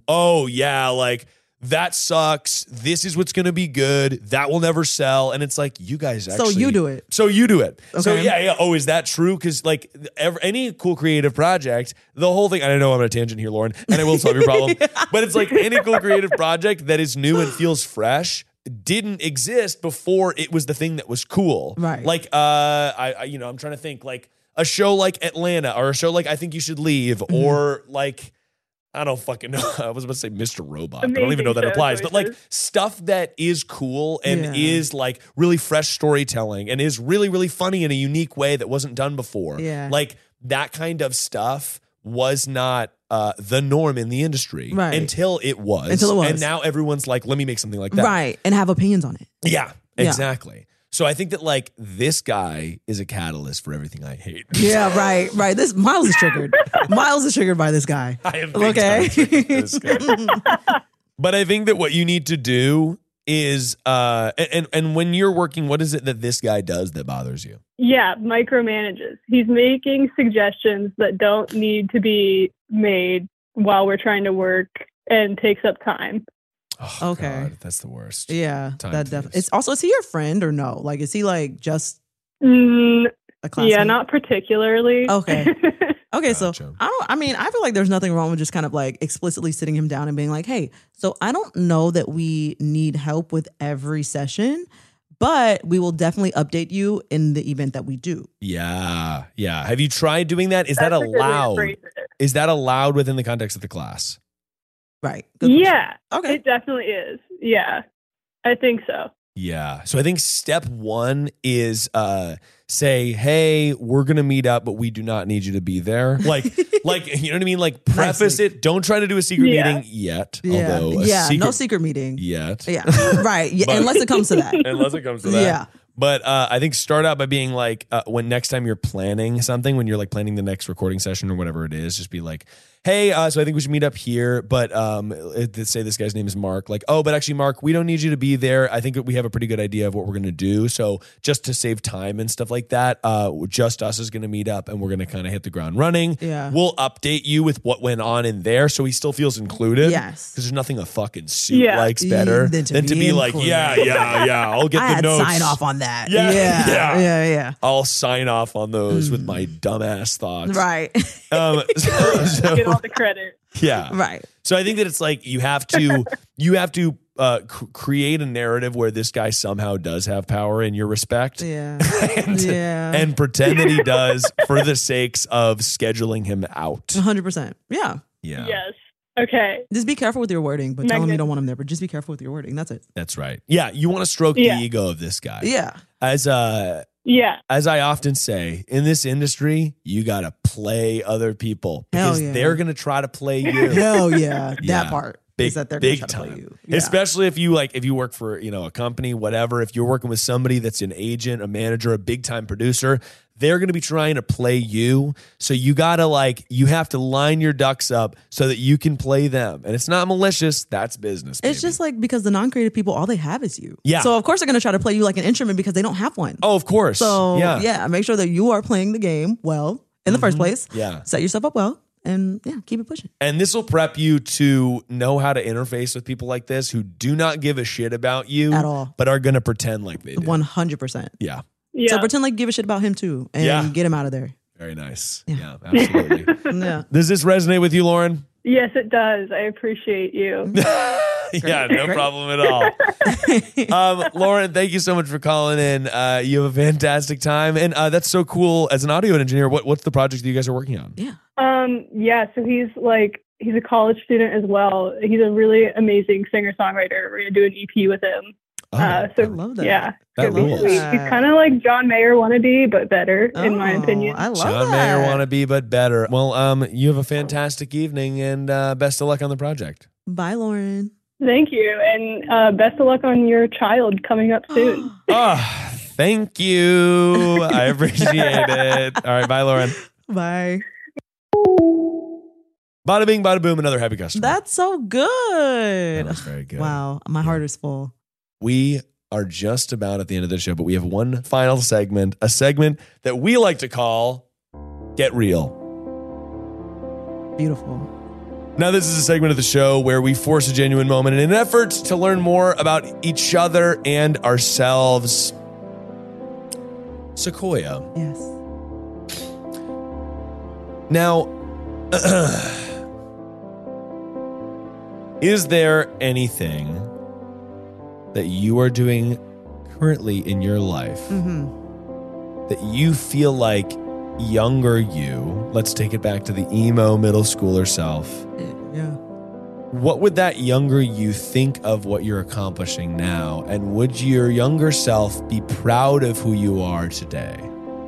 Speaker 3: oh yeah like that sucks this is what's going to be good that will never sell and it's like you guys
Speaker 4: so
Speaker 3: actually
Speaker 4: you do it.
Speaker 3: so you do it. So
Speaker 4: Okay.
Speaker 3: yeah, yeah. Oh, is that true? Because like ev any cool creative project, the whole thing. and I know I'm on a tangent here, Lauren, and I will solve your problem. But it's like any cool creative project that is new and feels fresh didn't exist before it was the thing that was cool.
Speaker 4: Right.
Speaker 3: Like uh, I, I you know I'm trying to think like a show like Atlanta or a show like I Think You Should Leave
Speaker 4: Mm-hmm.
Speaker 3: or like. I don't fucking know. I was about to say Mr. Robot, but I don't even
Speaker 5: Amazing
Speaker 3: know that
Speaker 5: show
Speaker 3: applies. But like
Speaker 5: choices.
Speaker 3: stuff that is cool and
Speaker 4: Yeah.
Speaker 3: is like really fresh storytelling and is really really funny in a unique way that wasn't done before.
Speaker 4: Yeah.
Speaker 3: Like that kind of stuff was not uh, the norm in the industry
Speaker 4: Right.
Speaker 3: until it was.
Speaker 4: Until it was.
Speaker 3: And now everyone's like, let me make something like that.
Speaker 4: Right. And have opinions on it.
Speaker 3: Yeah.
Speaker 4: Yeah.
Speaker 3: Exactly. So I think that like this guy is a catalyst for everything I hate.
Speaker 4: Yeah, right, right. This Miles is triggered. Miles is triggered by this guy.
Speaker 3: I am big time
Speaker 4: Okay.
Speaker 3: triggered by this guy. But I think that what you need to do is uh and- and and when you're working, what is it that this guy does that bothers you?
Speaker 5: Yeah, micromanages. He's making suggestions that don't need to be made while we're trying to work and takes up time.
Speaker 4: okay.
Speaker 3: Oh, God, that's the worst.
Speaker 4: Yeah,
Speaker 3: Time
Speaker 4: that definitely.
Speaker 3: thieves.
Speaker 4: It's also is he your friend or no? Like, is he like just
Speaker 8: Mm,
Speaker 4: a classmate?
Speaker 8: yeah, not particularly.
Speaker 4: Okay. Okay, so
Speaker 3: Gotcha.
Speaker 4: I don't. I mean, I feel like there's nothing wrong with just kind of like explicitly sitting him down and being like, "Hey, so I don't know that we need help with every session, but we will definitely update you in the event that we do."
Speaker 3: Yeah, yeah. Have you tried doing that? Is that
Speaker 8: That's a good way to
Speaker 3: allowed?
Speaker 8: phrase it.
Speaker 3: Is that allowed within the context of the class?
Speaker 4: Right. Good question.
Speaker 8: Yeah,
Speaker 4: Okay.
Speaker 8: it definitely is. Yeah, I think so.
Speaker 3: Yeah. So I think step one is uh say, hey, we're gonna meet up, but we do not need you to be there. Like, like you know what I mean? Like preface
Speaker 4: Nicely.
Speaker 3: it. Don't try to do a secret
Speaker 8: Yeah.
Speaker 3: meeting yet.
Speaker 4: Yeah.
Speaker 3: Although a
Speaker 4: yeah.
Speaker 3: secret
Speaker 4: no secret meeting.
Speaker 3: yet.
Speaker 4: Yeah. right. Yeah.
Speaker 3: But-
Speaker 4: unless it comes to that.
Speaker 3: Unless it comes to that.
Speaker 4: yeah.
Speaker 3: But uh, I think start out by being like, uh, when next time you're planning something, when you're like planning the next recording session or whatever it is, just be like, hey, uh, so I think we should meet up here. But um, let's say this guy's name is Mark. Like, oh, but actually, Mark, we don't need you to be there. I think that we have a pretty good idea of what we're going to do. So just to save time and stuff like that, uh, just us is going to meet up and we're going to kind of hit the ground running.
Speaker 4: Yeah.
Speaker 3: We'll update you with what went on in there so he still feels included.
Speaker 4: Yes.
Speaker 3: Because there's nothing a fucking suit
Speaker 8: Yeah.
Speaker 3: likes better than to, be, like,
Speaker 4: included.
Speaker 3: yeah, yeah, yeah, I'll get
Speaker 4: I
Speaker 3: the
Speaker 4: had
Speaker 3: notes.
Speaker 4: sign off on that.
Speaker 3: Yeah,
Speaker 4: Yeah.
Speaker 3: yeah.
Speaker 4: Yeah. Yeah.
Speaker 3: I'll sign off on those with my dumbass thoughts.
Speaker 4: Hmm. Right.
Speaker 3: Um, so- so-
Speaker 8: Get all the credit.
Speaker 3: yeah.
Speaker 4: right.
Speaker 3: So I think that it's like you have to you have to uh, c- create a narrative where this guy somehow does have power in your respect.
Speaker 4: Yeah.
Speaker 3: And,
Speaker 4: yeah.
Speaker 3: and pretend that he does for the sakes of scheduling him out.
Speaker 4: 100%. Uh-huh. Yeah.
Speaker 3: Yeah,
Speaker 8: Yes. Okay.
Speaker 4: Just be careful with your wording, but tell him you
Speaker 8: Magnet-
Speaker 4: don't want him there, but just be careful with your wording. That's it.
Speaker 3: that's right. Yeah, you want to stroke
Speaker 8: Yeah.
Speaker 3: the ego of this guy.
Speaker 4: Yeah.
Speaker 3: As uh,
Speaker 8: Yeah.
Speaker 3: as I often say, in this industry, you got to play other people
Speaker 4: Hell
Speaker 3: because
Speaker 4: yeah.
Speaker 3: they're going to try to play you.
Speaker 4: Hell yeah.
Speaker 3: Yeah.
Speaker 4: That part
Speaker 3: Big-
Speaker 4: is that they're
Speaker 3: big
Speaker 4: going to try to
Speaker 3: time.
Speaker 4: play you. Yeah.
Speaker 3: Especially if you like if you work for, you know, a company, whatever, if you're working with somebody that's an agent, a manager, a big time producer, they're going to be trying to play you. So you got to like you have to line your ducks up so that you can play them. And it's not malicious, that's business.
Speaker 4: It's just like because the non creative people, all they have is you.
Speaker 3: Yeah.
Speaker 4: So, of course, they're going to try to play you like an instrument because they don't have one.
Speaker 3: Oh, of course.
Speaker 4: so,
Speaker 3: yeah. Mm-hmm.
Speaker 4: yeah. make sure that you are playing the game well in the first place.
Speaker 3: Yeah.
Speaker 4: Set yourself up well and yeah, keep it pushing.
Speaker 3: And this will prep you to know how to interface with people like this who do not give a shit about you
Speaker 4: At all.
Speaker 3: but are going to pretend like they do.
Speaker 4: 100%.
Speaker 3: yeah.
Speaker 8: Yeah.
Speaker 4: So, pretend like you give a shit about him too and
Speaker 3: Yeah.
Speaker 4: get him out of there.
Speaker 3: Very nice. Yeah,
Speaker 4: Yeah.
Speaker 3: absolutely.
Speaker 4: Yeah.
Speaker 3: Does this resonate with you, Lauren?
Speaker 8: yes, it does. I appreciate you.
Speaker 3: yeah, no problem at all. um, Lauren, thank you so much for calling in. Uh, you have a fantastic time, and uh, that's so cool. As an audio engineer, what what's the project that you guys are working on?
Speaker 8: Um, yeah, so he's like he's a college student as well. He's a really amazing singer songwriter. We're gonna do an EP with him.
Speaker 3: Oh,
Speaker 8: uh, so
Speaker 4: I love that.
Speaker 8: yeah, He's-
Speaker 3: that rules.
Speaker 8: He's kind of like John Mayer wannabe, but better in my
Speaker 4: Oh,
Speaker 8: opinion.
Speaker 4: I love
Speaker 3: John
Speaker 4: that.
Speaker 3: Mayer wannabe, but better. Well, um, you have a fantastic evening, and uh, best of luck on the project.
Speaker 4: Bye, Lauren.
Speaker 8: Thank you, and uh, best of luck on your child coming up soon.
Speaker 3: Ah, thank you. I appreciate it. All right, bye, Lauren.
Speaker 4: Bye.
Speaker 3: Bada bing, bada boom. Another happy customer.
Speaker 4: That's so
Speaker 3: that
Speaker 4: good.
Speaker 3: was very good.
Speaker 4: Wow, my heart is full.
Speaker 3: We are just about at the end of the show, but we have one final segment, a segment that we like to call Get Real.
Speaker 4: Beautiful.
Speaker 3: Now, this is a segment of the show where we force a genuine moment in an effort to learn more about each other and ourselves. Sequoia.
Speaker 4: Yes.
Speaker 3: Now, is there anything that you are doing currently in your life?
Speaker 4: Mm-hmm.
Speaker 3: that you feel like younger you, let's take it back to the emo middle schooler self,
Speaker 4: Yeah.
Speaker 3: what would that younger you think of what you're accomplishing now? And would your younger self be proud of who you are today?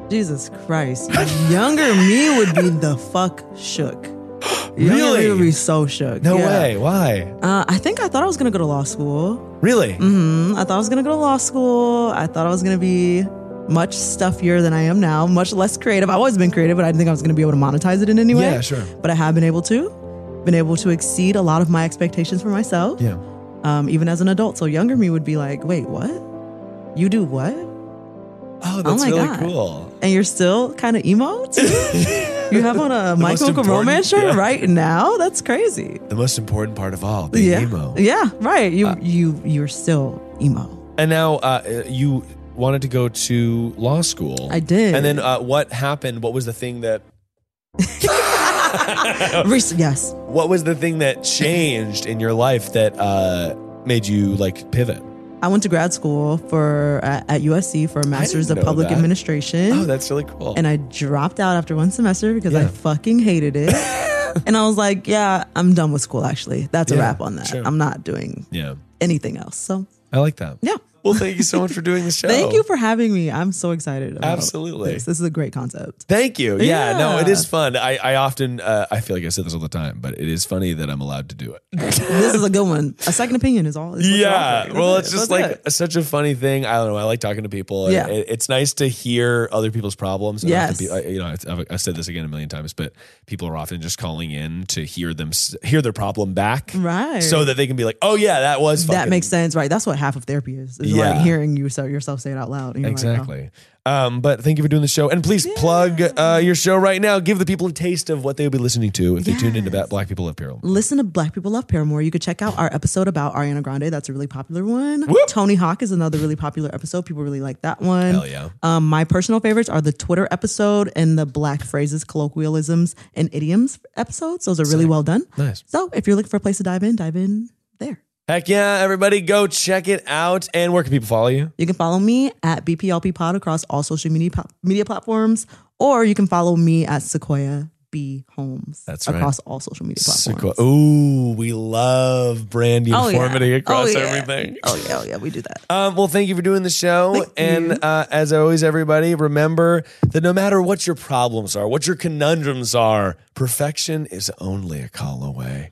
Speaker 4: Jesus Christ. Younger me would be the fuck shook. Younger
Speaker 3: Really?
Speaker 4: me would be so shook.
Speaker 3: No
Speaker 4: Yeah.
Speaker 3: way. Why?
Speaker 4: Uh, I think I thought I was gonna go to law school.
Speaker 3: Really?
Speaker 4: hmm I thought I was gonna go to law school. I thought I was gonna be much stuffier than I am now, much less creative. I've always been creative, but I didn't think I was gonna be able to monetize it in any way.
Speaker 3: Yeah, sure.
Speaker 4: But I have been able to. Been able to exceed a lot of my expectations for myself.
Speaker 3: Yeah.
Speaker 4: um, even as an adult. So younger me would be like, wait, what? You do what?
Speaker 3: Oh, that's
Speaker 4: my
Speaker 3: really
Speaker 4: God.
Speaker 3: cool.
Speaker 4: And you're still kind of emo? too? You have on
Speaker 3: The
Speaker 4: a My
Speaker 3: most
Speaker 4: Chemical
Speaker 3: important-
Speaker 4: Romance shirt
Speaker 3: yeah.
Speaker 4: right now? That's crazy.
Speaker 3: The most important part of all, the
Speaker 4: yeah.
Speaker 3: emo. Uh,
Speaker 4: Yeah, right. You you you're still emo.
Speaker 3: And now uh, you wanted to go to law school.
Speaker 4: I did.
Speaker 3: And then uh, what happened? What was the thing that?
Speaker 4: yes.
Speaker 3: What was the thing that changed in your life that uh, made you like pivot?
Speaker 4: I went to grad school for at, at USC for a master's of
Speaker 3: know
Speaker 4: public
Speaker 3: that.
Speaker 4: administration.
Speaker 3: Oh, that's really cool.
Speaker 4: and I dropped out after one semester because I fucking hated it. and I was like, yeah, I'm done with school actually. That's a
Speaker 3: Yeah,
Speaker 4: wrap on that.
Speaker 3: sure.
Speaker 4: I'm not doing
Speaker 3: yeah,
Speaker 4: anything else. So,
Speaker 3: I like that.
Speaker 4: yeah.
Speaker 3: Well, thank you so much for doing the show.
Speaker 4: Thank you for having me. I'm so excited. About
Speaker 3: Absolutely.
Speaker 4: This. This is a great concept.
Speaker 3: Thank you. Yeah, no, it
Speaker 4: Yeah.
Speaker 3: is fun. I, I often, uh, I feel like I said this all the time, but it is funny that I'm allowed to do it.
Speaker 4: this is a good one. A second opinion is all. is what you're
Speaker 3: yeah.
Speaker 4: offering.
Speaker 3: Well,
Speaker 4: That's
Speaker 3: it's
Speaker 4: it.
Speaker 3: just
Speaker 4: That's
Speaker 3: like
Speaker 4: it.
Speaker 3: such a funny thing. I don't know. I like talking to people. and
Speaker 4: Yeah.
Speaker 3: It, it's nice to hear other people's problems. And often
Speaker 4: Yes.
Speaker 3: pe- I- you know, I've, I've- I've said this again a million times, but people are often just calling in to hear them s- hear their problem back,
Speaker 4: Right.
Speaker 3: So that they can be like, oh yeah, that was fucking
Speaker 4: that makes sense, right? That's what half of therapy is. is
Speaker 3: Yeah.
Speaker 4: like hearing you so yourself say it out loud. and you're like, oh.
Speaker 3: Exactly. Um, but thank you for doing the show. And please plug uh, your show right now. Give the people a taste of what they'll be listening to if they tune into Ba- Black People Love Peril.
Speaker 4: Listen to Black People Love Paramore. You could check out our episode about Ariana Grande. That's a really popular one. Tony Hawk is another really popular episode. People really like that one.
Speaker 3: Hell yeah.
Speaker 4: Um, my personal favorites are the Twitter episode and the Black phrases, colloquialisms, and idioms episodes. Those are really well done.
Speaker 3: Nice.
Speaker 4: So if you're looking for a place to dive in, dive in there.
Speaker 3: Heck yeah, everybody go check it out. And where can people follow you?
Speaker 4: You can follow me at BPLP Pod across all social media po- media platforms, or you can follow me at Sequoia B Holmes.
Speaker 3: That's right.
Speaker 4: across all social media platforms.
Speaker 3: Sequo- Ooh, we love brand
Speaker 4: Oh, yeah.
Speaker 3: uniformity across
Speaker 4: Oh, yeah.
Speaker 3: everything.
Speaker 4: Oh yeah, oh yeah, we do that.
Speaker 3: Um, well, thank you for doing the show. and uh, as always, everybody, remember that no matter what your problems are, what your conundrums are, perfection is only a call away.